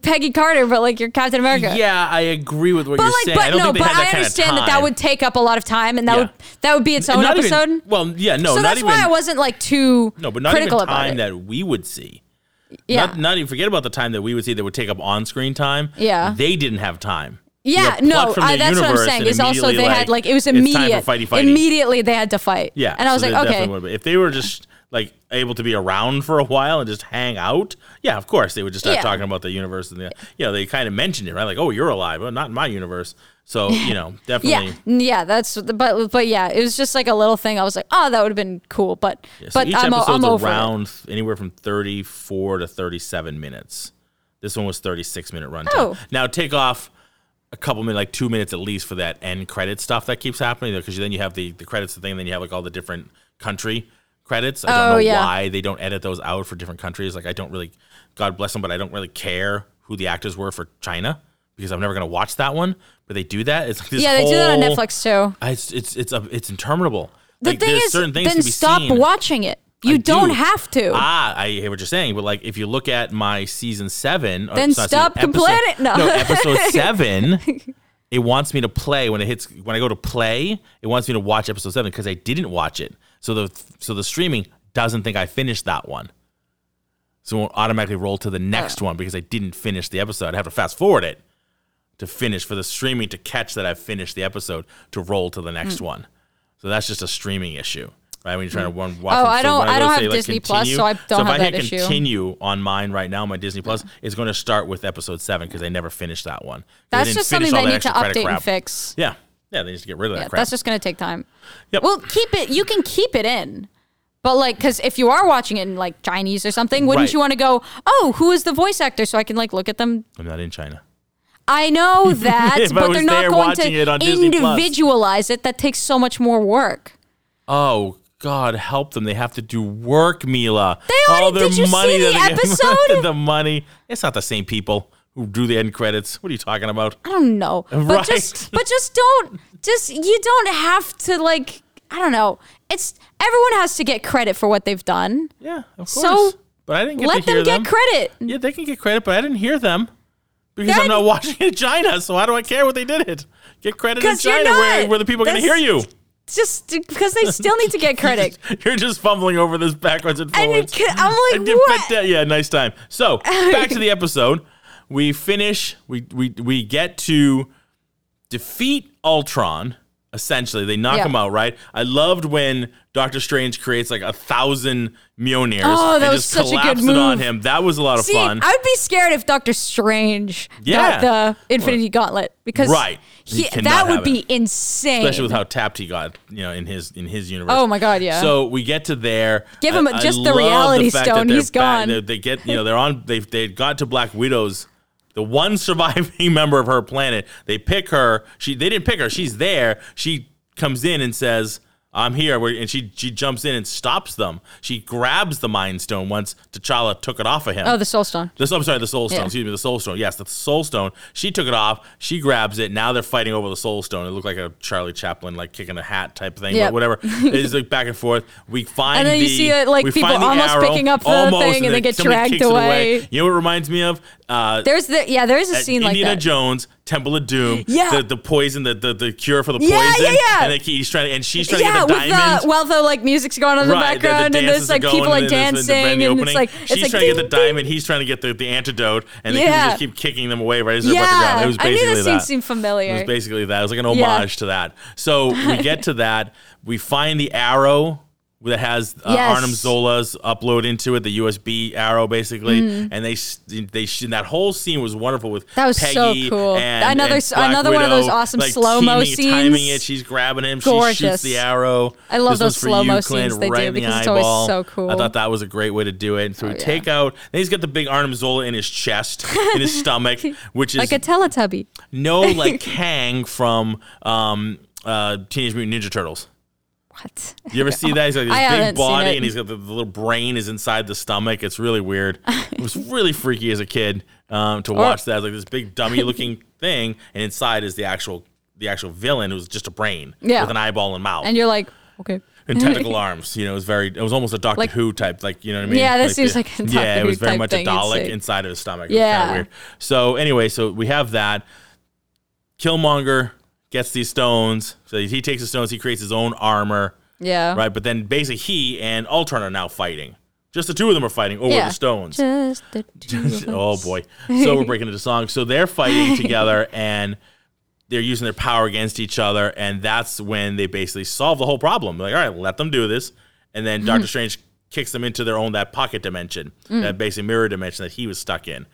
C: Peggy Carter, but like you're Captain America.
B: Yeah, I agree with what
C: But
B: you're
C: like,
B: saying. I
C: but
B: don't
C: no,
B: think they
C: but
B: had that
C: I
B: kind of
C: understand that that
B: time.
C: would take up a lot of time, and that
B: Yeah.
C: would that would be its own
B: And not even-
C: episode.
B: well, yeah, no,
C: so
B: not
C: that's
B: even.
C: why I wasn't like too
B: no, but not
C: critical
B: even
C: about
B: time
C: it.
B: that we would see.
C: yeah,
B: Not, not even forget about the time that we would see that would take up on screen time.
C: Yeah.
B: They didn't have time.
C: yeah,
B: You know, plucked
C: no,
B: from their
C: I, that's what I'm
B: universe
C: saying.
B: and
C: Is also they
B: immediately,
C: had like it was
B: it's time for
C: immediate.
B: fighty, fighty.
C: Immediately they had to fight.
B: Yeah.
C: and I was
B: so there
C: like,
B: definitely
C: okay,
B: would've been- If they were just like able to be around for a while and just hang out, yeah, of course they would just start
C: Yeah.
B: talking about the universe and the, you know, they kind of mentioned it, right? Like, oh, you're alive, but not in my universe. So, you know, definitely.
C: yeah, n- yeah, that's but but yeah, it was just like a little thing. I was like, oh, that would have been cool, but
B: Yeah, so
C: but
B: each
C: I'm, o- I'm
B: episode's
C: over it.
B: around th- anywhere from 34 to 37 minutes. This one was 36 minute runtime.
C: Oh.
B: Now take off a couple minutes, like two minutes at least for that end credit stuff that keeps happening because then you have the, the credits the thing, then you have like all the different country credits. I don't
C: Oh,
B: know
C: yeah.
B: why they don't edit those out for different countries. Like I don't really, God bless them, but I don't really care who the actors were for China because I'm never going to watch that one. But they do that. It's like this
C: Yeah, they do that on
B: whole-
C: Netflix too.
B: I- uh, It's it's it's a, it's interminable.
C: The
B: Like,
C: thing
B: there's
C: is,
B: certain things
C: then
B: to be
C: stop
B: seen.
C: watching it. You
B: I do.
C: don't have to.
B: Ah, I hear what you're saying, but like if you look at my season seven, or
C: Then
B: it's not
C: stop
B: season-
C: complaining-
B: Episode,
C: no.
B: no, episode seven. It wants me to play when it hits when I go to play. It wants me to watch episode seven because I didn't watch it. So the so the streaming doesn't think I finished that one. So it won't automatically roll to the next one because I didn't finish the episode. I have to fast forward it to finish for the streaming to catch that I've finished the episode to roll to the
C: Hmm.
B: next one. So that's just a streaming issue, right? When you're trying to one watch.
C: Oh,
B: them-
C: I
B: so
C: don't-
B: when
C: I don't
B: go to
C: have Disney Plus, so I don't
B: if
C: have
B: I
C: that
B: hit
C: issue.
B: Continue on mine right now, my Disney Plus is going to start with episode seven because I never finished that one. 'Cause I
C: that's
B: didn't
C: just
B: finish
C: something
B: all
C: they
B: that
C: need to
B: extra credit
C: update and
B: crap.
C: fix.
B: Yeah, yeah, they need to get rid of
C: Yeah,
B: that crap.
C: that's just going to take time.
B: Yep.
C: Well, keep it. You can keep it in. But like, because if you are watching it in like Chinese or something, wouldn't
B: Right.
C: you want to go? Oh, who is the voice actor? So I can like look at them.
B: I'm not in China.
C: I know that,
B: If I
C: but
B: was
C: they're not
B: there
C: going
B: watching it on
C: to
B: Disney Plus.
C: individualize it. That takes so much more work.
B: Oh God, help them! They have to do work, Mila. They
C: already-
B: all their
C: did you see
B: money
C: the
B: that they get-
C: episode?
B: the money. It's not the same people who do the end credits. What are you talking about?
C: I don't know.
B: Right.
C: But just but just don't just you don't have to like I don't know. It's everyone has to get credit for what they've done.
B: Yeah, of course.
C: So,
B: but I didn't get
C: Let
B: to
C: them
B: hear them.
C: get credit.
B: Yeah, they can get credit, but I didn't hear them because I'm
C: Then-
B: not watching in China. So how do I care what they did? It get credit in
C: 'Cause you're
B: China where,
C: not.
B: where the people are going to hear
C: That's-
B: you.
C: Just because they still need to get credit.
B: You're just fumbling over this backwards and
C: And
B: forwards.
C: it ca- I'm like,
B: I did
C: what?
B: fit that- Yeah, nice time. So back to the episode. We finish. We we we get to defeat Ultron. Essentially, they knock
C: Yeah.
B: him out. Right. I loved when Doctor Strange creates like a thousand Mjolnirs
C: Oh, that
B: and
C: was
B: just
C: such a good
B: collapses it on
C: move.
B: him. That was a lot of
C: See,
B: fun.
C: I'd be scared if Doctor Strange
B: Yeah.
C: got the Infinity Gauntlet because
B: Right. He
C: he-
B: cannot
C: that would
B: have
C: be
B: it.
C: insane.
B: especially with how tapped he got, you know, in his in his universe.
C: Oh my God, yeah.
B: So we get to there.
C: Give him just the
B: love
C: reality
B: fact that
C: stone.
B: they're
C: He's gone.
B: They, they get, you know, they're on. They they got to Black Widow's. The one surviving member of her planet. They pick her. She they didn't pick her. She's there. She comes in and says. I'm here, We're- and she she jumps in and stops them. She grabs the Mind Stone once T'Challa took it off of him.
C: oh, the Soul Stone.
B: The, I'm sorry, the soul stone.
C: Yeah.
B: Excuse me, the soul stone. Yes, the soul stone. She took it off. She grabs it. Now they're fighting over the soul stone. It looked like a Charlie Chaplin, like kicking a hat type thing,
C: Yep.
B: but whatever. it's like back and forth. We find
C: And then you
B: the-
C: see it, like,
B: we
C: people
B: find the
C: almost
B: arrow,
C: picking up the
B: almost,
C: thing and
B: then
C: they get
B: somebody
C: dragged
B: kicks it
C: away.
B: You know what it reminds me of? Uh,
C: There's the yeah. There is a
B: at
C: scene
B: Indiana
C: like that.
B: Jones, Temple of Doom,
C: Yeah.
B: the, the poison, the, the the cure for the
C: Yeah, yeah,
B: poison,
C: yeah.
B: and they, keep- he's trying, and she's trying
C: yeah,
B: to get the
C: with
B: diamond.
C: the well, the like music's going on in the
B: Right,
C: background, and
B: dances
C: there's like
B: are
C: people
B: going,
C: are
B: there's the-
C: dancing,
B: the
C: and
B: opening.
C: it's like
B: she's
C: it's like
B: trying to get
C: ding,
B: the diamond, he's trying to get the, the antidote, and the people
C: Yeah.
B: just keep kicking them away right as
C: ding.
B: they're about to grab
C: Yeah,
B: it. It was
C: I
B: basically
C: knew the scene
B: that. It
C: seemed
B: was
C: familiar.
B: basically that. It was like an homage
C: Yeah.
B: to that. So we get to that. We find the arrow that has uh,
C: Yes.
B: Arnim Zola's upload into it, the USB arrow, basically. And they s- they sh- that whole scene was wonderful with
C: Mm-hmm. That was so
B: Peggy
C: cool.
B: and-
C: Another
B: and
C: s-
B: Black
C: another one of those
B: Widow,
C: awesome
B: like,
C: slow-mo
B: teaming- Timing
C: scenes.
B: it, she's grabbing him. She shoots
C: Gorgeous.
B: the arrow.
C: I love
B: This one's
C: those
B: for you,
C: slow-mo
B: Clint,
C: scenes they
B: right
C: do
B: in the
C: because it's always
B: eyeball.
C: so
B: I
C: cool. Oh,
B: thought that was a great way to do it. And so we
C: yeah.
B: take out. Then he's got the big Arnim Zola in his chest, in his stomach, which is
C: Like a Teletubby.
B: no, like Kang from um, uh, Teenage Mutant Ninja Turtles.
C: What?
B: You ever see that? He's like
C: I
B: this
C: haven't
B: big
C: seen
B: body,
C: it.
B: and he's got the, the little brain is inside the stomach. It's really weird. It was really freaky as a kid um, to watch that. It's like this big dummy-looking thing, and inside is the actual the actual villain who's just a brain
C: Yeah.
B: with an eyeball and mouth
C: And you're like, okay.
B: and tentacle arms. You know, it was very. It was almost a Doctor
C: Like-
B: Who type, like you know what I mean.
C: Yeah, that
B: the-
C: seems like a Doctor
B: yeah, it was
C: Who
B: very
C: type
B: much
C: thing
B: a
C: you'd
B: Dalek
C: see.
B: inside of his stomach. it was kind
C: Yeah.
B: of weird. So anyway, so we have that. Killmonger gets these stones. So he takes the stones. He creates his own armor,
C: Yeah.
B: right? But then basically he and Ultron are now fighting. Just the two of them are fighting over
C: Yeah.
B: the stones.
C: Just the two of
B: Oh
C: us.
B: boy! So we're breaking into song. So they're fighting together and they're using their power against each other, and that's when they basically solve the whole problem. They're like, all right, let them do this, and then Doctor
C: Mm-hmm.
B: Strange kicks them into their own that pocket dimension,
C: Mm.
B: that basic mirror dimension that he was stuck in.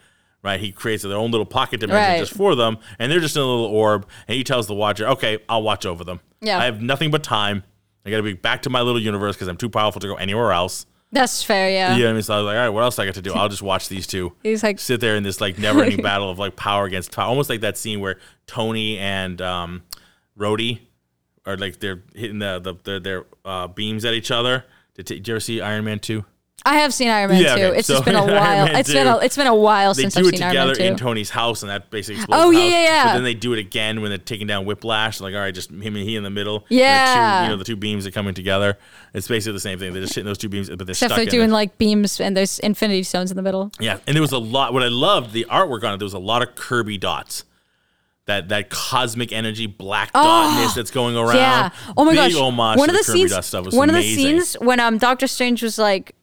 B: Right, he creates their own little pocket dimension
C: Right.
B: just for them, and they're just in a little orb. And he tells the Watcher, "Okay, I'll watch over them.
C: Yeah.
B: I have nothing but time. I got to be back to my little universe because I'm too powerful to go anywhere else."
C: That's fair, yeah.
B: You know what I mean? So I was like, all right, what else I got to do? I'll just watch these two.
C: He's like-
B: sit there in this like never ending battle of like power against power, almost like that scene where Tony and um, Rhodey are like they're hitting the the, the their uh, beams at each other. Did, did you ever see Iron Man two?
C: I have seen Iron Man
B: Yeah,
C: 2.
B: okay,
C: It's
B: so-
C: just been a
B: Iron
C: while.
B: Man
C: It's been a,
B: 2.
C: it's been a while
B: They
C: since
B: do
C: I've
B: it
C: seen Iron Man
B: together
C: 2.
B: in Tony's house, and that basically explodes.
C: Oh,
B: the
C: yeah,
B: house.
C: yeah, yeah.
B: But then they do it again when they're taking down Whiplash. Like, all right, just him and he in the middle. and the two-
C: Yeah.
B: you know, the two beams are coming together. It's basically the same thing. They're just hitting those two beams, but they're
C: Except
B: stuck
C: they're
B: in
C: doing
B: it.
C: like beams and there's infinity stones in the middle.
B: Yeah, and there was a lot. What I loved the artwork on it. There was a lot of Kirby dots. That that cosmic energy black dotness that's going around.
C: Ah, Yeah. Oh my
B: Big
C: gosh.
B: homage
C: one
B: to
C: of the
B: Kirby
C: scenes.
B: dot stuff was
C: one
B: amazing.
C: of the scenes when um Doctor Strange was like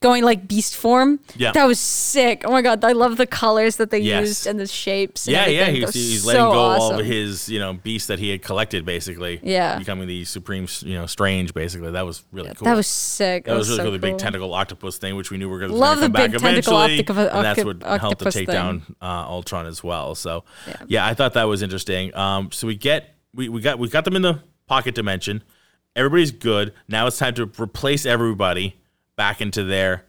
C: going like beast form.
B: Yeah.
C: That was sick. Oh my god. I love the colors that they
B: Yes.
C: used and the shapes. And
B: Yeah, yeah,
C: everything.
B: he
C: That
B: was,
C: was
B: he's
C: so
B: letting go all
C: awesome.
B: of his, you know, beasts that he had collected, basically.
C: Yeah.
B: becoming the supreme, you know, strange, basically. That was really cool.
C: That was sick.
B: that was really
C: so
B: cool. The big
C: cool.
B: tentacle octopus thing, which we knew were going to
C: Love
B: come
C: the
B: back
C: big tentacle
B: eventually,
C: octopus-
B: and that's what
C: octopus
B: helped to take
C: thing.
B: down uh, Ultron as well. So, yeah. I thought that was interesting. Um, so we get we, we got we got them in the pocket dimension. Everybody's good. Now it's time to replace everybody back into their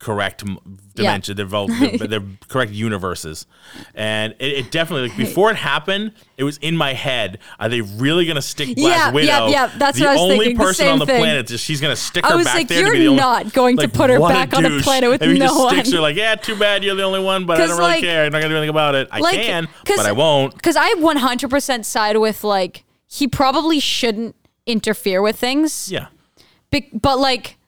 B: correct m- dimension, their, vol- their, their correct universes. And it, it definitely, like, before it happened, it was in my head. Are they really going to stick Black
C: Yeah, yeah,
B: Widow?
C: yeah, that's
B: the
C: what I was
B: only
C: thinking, the
B: person
C: same
B: on the
C: thing.
B: planet. that She's going to stick
C: I
B: her
C: was
B: back
C: like,
B: there. to be
C: "You're
B: the only-
C: not going to put her
B: what
C: back on a
B: douche.
C: planet with
B: and he
C: no
B: just sticks
C: one.
B: her like, yeah, too bad you're the only one, but I
C: 'Cause,
B: don't really
C: like-
B: care. I'm not going to do anything about it. I
C: Like,
B: can,
C: 'cause-
B: but I won't.
C: Because I 100% side with like he probably shouldn't interfere with things.
B: Yeah.
C: Be- but like,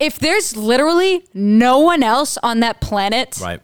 C: if there's literally no one else on that planet,
B: Right.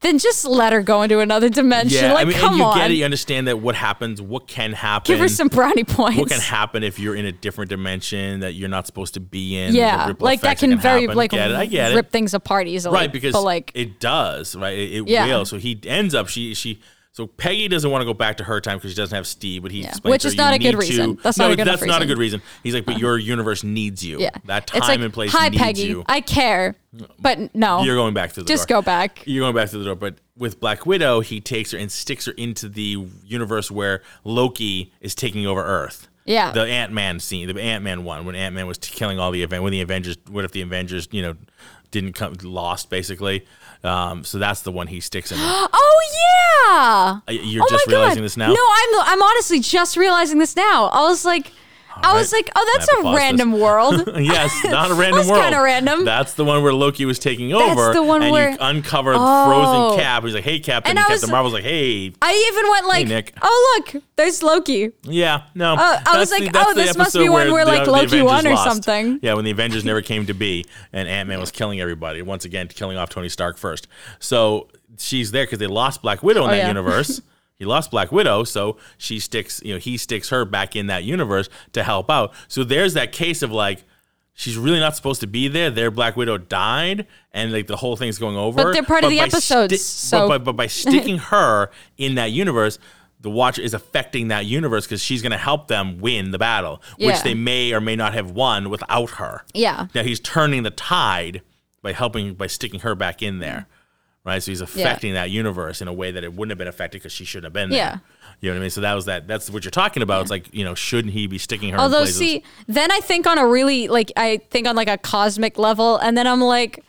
C: then just let her go into another dimension.
B: Yeah,
C: like,
B: I mean,
C: come
B: and you
C: on,
B: get it. You understand that what happens, what can happen.
C: give her some brownie points.
B: what can happen if you're in a different dimension that you're not supposed to be in? the
C: yeah,
B: ripple
C: like that
B: effects
C: can very
B: happen.
C: like
B: get it, I get
C: rip
B: it.
C: things apart easily.
B: Right, because
C: but like
B: it does, right? It, it
C: Yeah.
B: will. So he ends up she she. So Peggy doesn't want to go back to her time because she doesn't have Steve, but he explains
C: Which
B: to her,
C: is not
B: "You
C: a good
B: need to-"
C: reason. That's
B: no,
C: not a good
B: that's
C: enough
B: not a
C: reason. Uh-huh.
B: good reason. He's like, but your universe needs you.
C: yeah,
B: that time
C: it's like,
B: and place
C: Hi,
B: needs
C: Peggy.
B: you.
C: I care, but n- no,
B: You're going back to the
C: just
B: door.
C: go back.
B: You're going back to the door. But with Black Widow, he takes her and sticks her into the universe where Loki is taking over Earth.
C: Yeah.
B: The Ant Man scene, the Ant Man one, when Ant Man was t- killing all the event, when the Avengers, what if the Avengers, you know, didn't come, lost basically. Um, so that's the one he sticks in. Uh,
C: Oh yeah. Oh
B: You're just
C: my God.
B: realizing this now.
C: No, I'm I'm honestly just realizing this now. I was like, I was
B: right.
C: like, oh, that's
B: I have to
C: a
B: pause this.
C: random world.
B: yes, not a random
C: That's
B: world.
C: kinda random.
B: That's the one where Loki was taking over.
C: the one
B: and
C: where-
B: you uncover
C: Oh.
B: frozen Cap. He's like, "Hey, Captain." And
C: And I
B: Captain
C: was-
B: Marvel's like, "Hey,
C: I even went like,
B: Nick.
C: oh look, there's Loki.
B: Yeah, no.
C: I
B: that's
C: was
B: the-
C: like,
B: that's
C: oh,
B: the
C: this must be
B: episode
C: one where, like, Loki
B: Avengers
C: won or something.
B: Yeah, when the Avengers never came to be, and Ant Man was killing everybody once again, killing off Tony Stark first. So she's there because they lost Black Widow in that
C: Oh, yeah.
B: universe. he lost Black Widow, so she sticks. You know, he sticks her back in that universe to help out. So there's that case of like. She's really not supposed to be there. Their Black Widow died, and like the whole thing's going over.
C: they're part of the
B: by
C: episodes,
B: sti-
C: so-
B: but by but by sticking her in that universe, the Watcher is affecting that universe because she's going to help them win the battle, which
C: Yeah.
B: they may or may not have won without her.
C: Yeah.
B: Now he's turning the tide by helping by sticking her back in there, right? So he's affecting that universe in a way that it wouldn't have been affected because she shouldn't have been there.
C: Yeah.
B: You know what I mean? So that was that. That's what you're talking about. It's like you know, shouldn't he be sticking her? in
C: Although,
B: places?
C: see, then I think on a really like I think on like a cosmic level, and then I'm like,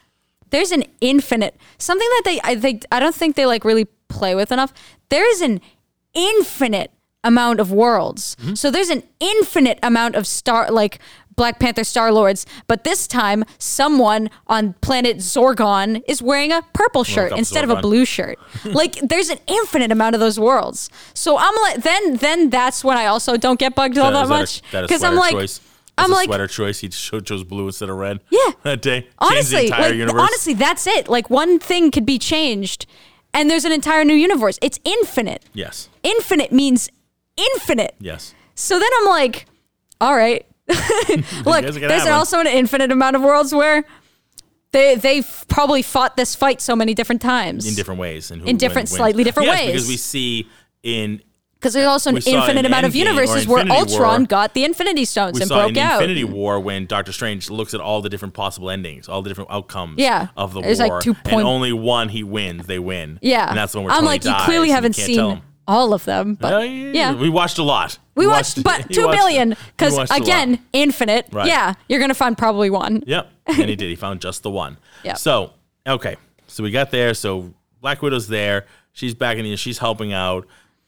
C: there's an infinite something that they I think I don't think they like really play with enough. There is an infinite amount of worlds,
B: Mm-hmm.
C: so there's an infinite amount of star like Black Panther Star Lords. But this time, someone on planet Zorgon is wearing a purple shirt
B: up
C: instead of
B: Zorgon.
C: a blue shirt. like there's an infinite amount of those worlds. So I'm like, then then that's when I also don't get bugged all that,
B: is
C: much
B: a- that a
C: because I'm
B: sweater
C: like,
B: choice? That's
C: I'm
B: a
C: like,
B: sweater choice. He cho- chose blue instead of red.
C: Yeah.
B: that day. Changed the
C: honestly,
B: entire
C: like, th-
B: universe.
C: honestly, that's it. Like one thing could be changed, and there's an entire new universe. It's infinite.
B: yes,
C: Infinite means infinite.
B: yes.
C: So then I'm like, all right. Look,
B: guys are gonna
C: there's
B: have one.
C: also an infinite amount of worlds where they they've probably fought this fight so many different times.
B: in different ways and who
C: In different-
B: wins.
C: slightly different
B: yes,
C: ways.
B: because we see in
C: Because there's also an
B: We saw
C: infinite
B: in
C: amount of
B: Endgame or
C: universes where
B: Infinity
C: Ultron
B: War-
C: got the Infinity Stones
B: we
C: and
B: saw in
C: broke out.
B: Infinity War when Doctor Strange looks at all the different possible endings, all the different outcomes
C: Yeah.
B: of the
C: There's
B: war,
C: like two point-
B: and only one he wins. They win.
C: yeah,
B: and that's the one where
C: I'm
B: Tony
C: like,
B: dies,
C: you clearly
B: and
C: haven't
B: can't tell
C: seen
B: him.
C: all of them, but
B: Well,
C: yeah,
B: we watched a lot.
C: we watched, but
B: he
C: two
B: watched-
C: billion
B: he
C: because
B: watched a lot.
C: again, infinite.
B: Right.
C: Yeah, you're gonna find probably one.
B: Yep. And he did. He found just the one.
C: Yep.
B: So, okay. So we got there. So Black Widow's there. She's back in the she's helping out.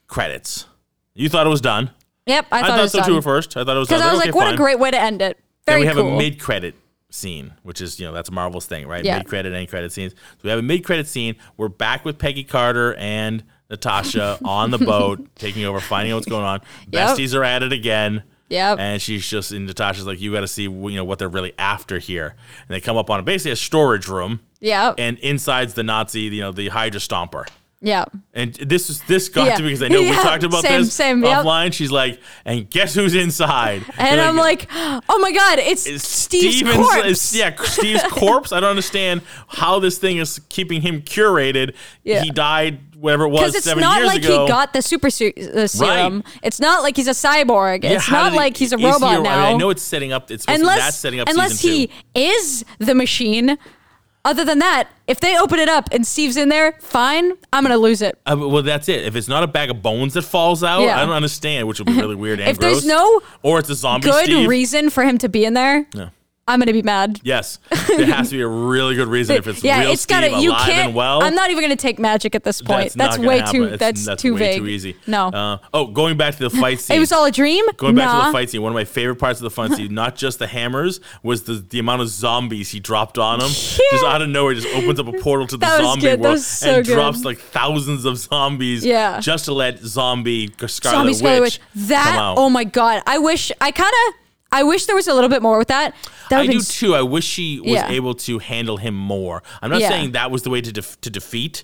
B: Credits. You thought it was done.
C: Yep, I
B: I
C: thought,
B: thought,
C: it was
B: so
C: done.
B: too at first. I thought it was
C: Because
B: done.
C: I was
B: okay,
C: like, what
B: fine.
C: a great way to end it.
B: Then
C: Very
B: we have
C: cool.
B: a mid credit scene, which is you know that's Marvel's thing, right?
C: Yeah.
B: Mid credit, end credit scenes. So we have a mid credit scene. We're back with Peggy Carter and Natasha on the boat, taking over, finding out what's going on.
C: Yep.
B: Besties are at it again.
C: Yep.
B: And she's just and Natasha's like, you got to see you know what they're really after here. And they come up on basically a storage room.
C: Yeah.
B: And inside's the Nazi, you know, the Hydra Stomper.
C: yeah.
B: And this is this got
C: Yeah.
B: to me because I know we
C: Yeah,
B: talked about
C: same,
B: this
C: same, yep.
B: offline. She's like, and guess who's inside?
C: And I'm like, oh my god, it's, Steve's
B: Steven's- uh,
C: corpse.
B: yeah, Steve's corpse. I don't understand how this thing is keeping him curated.
C: Yeah.
B: He died whatever it was
C: Because it's
B: seven
C: not
B: years
C: like
B: ago.
C: he got the super se- uh, serum. It's not like he's a cyborg.
B: Yeah,
C: it's
B: how
C: not
B: did he-
C: like he's a
B: is he
C: robot
B: I mean,
C: now.
B: I, know it's setting up. It's supposed to- that's
C: unless
B: setting up
C: unless
B: season
C: he
B: two.
C: is the machine. Other than that, if they open it up and Steve's in there, fine. I'm gonna lose it.
B: Uh, well, that's it. If it's not a bag of bones that falls out,
C: Yeah.
B: I don't understand, which would be really weird and
C: If
B: gross.
C: there's no
B: or it's a zombie
C: Good
B: Steve.
C: reason for him to be in there. I'm gonna be mad.
B: yes, there has to be a really good reason if it's real
C: it's
B: Steve
C: gotta. You
B: alive
C: can't.
B: and well.
C: I'm not even gonna take magic at this point.
B: that's,
C: That's,
B: not gonna
C: way
B: happen.
C: too.
B: It's-
C: That's, too
B: way
C: vague.
B: too easy.
C: No,
B: Uh, oh, going back to the fight scene.
C: it was all a dream.
B: Going back to
C: Nah.
B: the fight scene, one of my favorite parts of the fight scene, not just the hammers, was the, the amount of zombies he dropped on him. Just out of nowhere, just opens up a portal to the
C: That was
B: zombie
C: good. That
B: world
C: was so
B: and
C: good.
B: drops like thousands of zombies
C: Yeah.
B: just to let zombie Scarlet,
C: Zombie
B: Witch,
C: Scarlet Witch.
B: come
C: That.
B: out.
C: Oh my god. I wish. I kind of. I wish there was a little bit more with that. That
B: I
C: would be.
B: do too. I wish she was
C: Yeah.
B: able to handle him more. I'm not
C: Yeah.
B: saying that was the way to def- to defeat.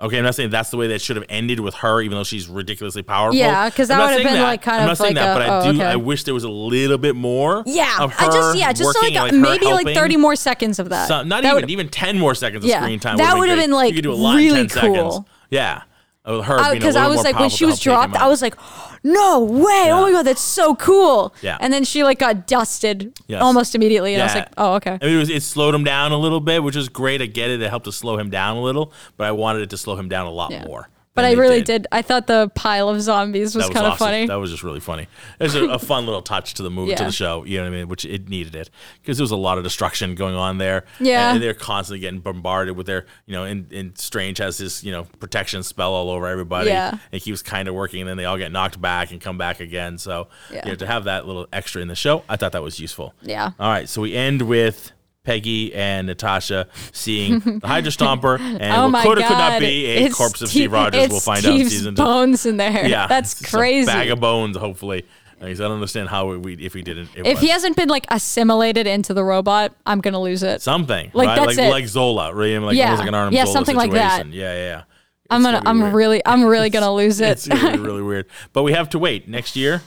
B: Okay, I'm not saying that's the way that should have ended with her, even though she's ridiculously powerful.
C: Yeah, 'cause that
B: I'm not
C: would've
B: saying
C: been, like, kind
B: I'm
C: of
B: not saying
C: like
B: that,
C: a-
B: but I
C: oh,
B: do.
C: okay.
B: I wish there was a little bit more.
C: yeah.
B: of
C: I
B: her
C: just. Yeah. Just
B: working,
C: like, a-
B: her
C: maybe like
B: helping.
C: 30 more seconds of that.
B: So- not
C: That
B: even
C: would-
B: even 10 more seconds of
C: Yeah,
B: screen time.
C: that
B: would've been
C: would've been,
B: great.
C: like,
B: you could do a lot
C: really
B: in 10 seconds.
C: cool.
B: Yeah, Uh, her being a
C: because I
B: little
C: was
B: more
C: like, when
B: powerful
C: she
B: to
C: was
B: help take him
C: dropped, I
B: out.
C: was like, no way! Oh my god, that's so cool!
B: Yeah.
C: And then she like got dusted
B: Yes.
C: almost immediately, and I was like, oh okay.
B: I mean, it, was, it slowed him down a little bit, which is great. I get it. It helped to slow him down a little, but I wanted it to slow him down a lot
C: Yeah.
B: more.
C: But
B: than
C: I
B: they
C: really did. I thought the pile of zombies was,
B: That was
C: kind of
B: awesome.
C: funny.
B: That was just really funny. It was a, a fun little touch to the movie, to
C: Yeah.
B: the show. You know what I mean? Which it needed it because there was a lot of destruction going on there.
C: Yeah.
B: and, they're constantly getting bombarded with their, you know, and, and Strange has his, you know, protection spell all over everybody.
C: Yeah.
B: and keeps kind of working, and then they all get knocked back and come back again. So
C: Yeah.
B: you know, to have that little extra in the show, I thought that was useful.
C: Yeah.
B: All right, so we end with. Peggy and Natasha seeing the Hydra Stomper, and
C: oh
B: what
C: my
B: could or
C: god!
B: could not be a
C: It's
B: corpse of
C: Steve-
B: Steve Rogers.
C: it's
B: We'll find out in
C: Steve's
B: season two.
C: bones in there.
B: Yeah,
C: that's
B: it's a
C: crazy.
B: bag of bones, hopefully. I guess I don't understand how we if we didn't. It
C: if
B: was.
C: he hasn't been like assimilated into the robot, I'm gonna lose it.
B: something
C: Like,
B: right?
C: that's
B: like
C: it.
B: like Zola, right? I mean, like
C: Yeah.
B: almost like an Arnim
C: Yeah,
B: Zola
C: something like
B: situation.
C: that.
B: Yeah, yeah. yeah.
C: I'm
B: It's
C: gonna.
B: be
C: I'm
B: weird.
C: really. I'm really gonna lose it.
B: It's gonna be really weird, but we have to wait next year.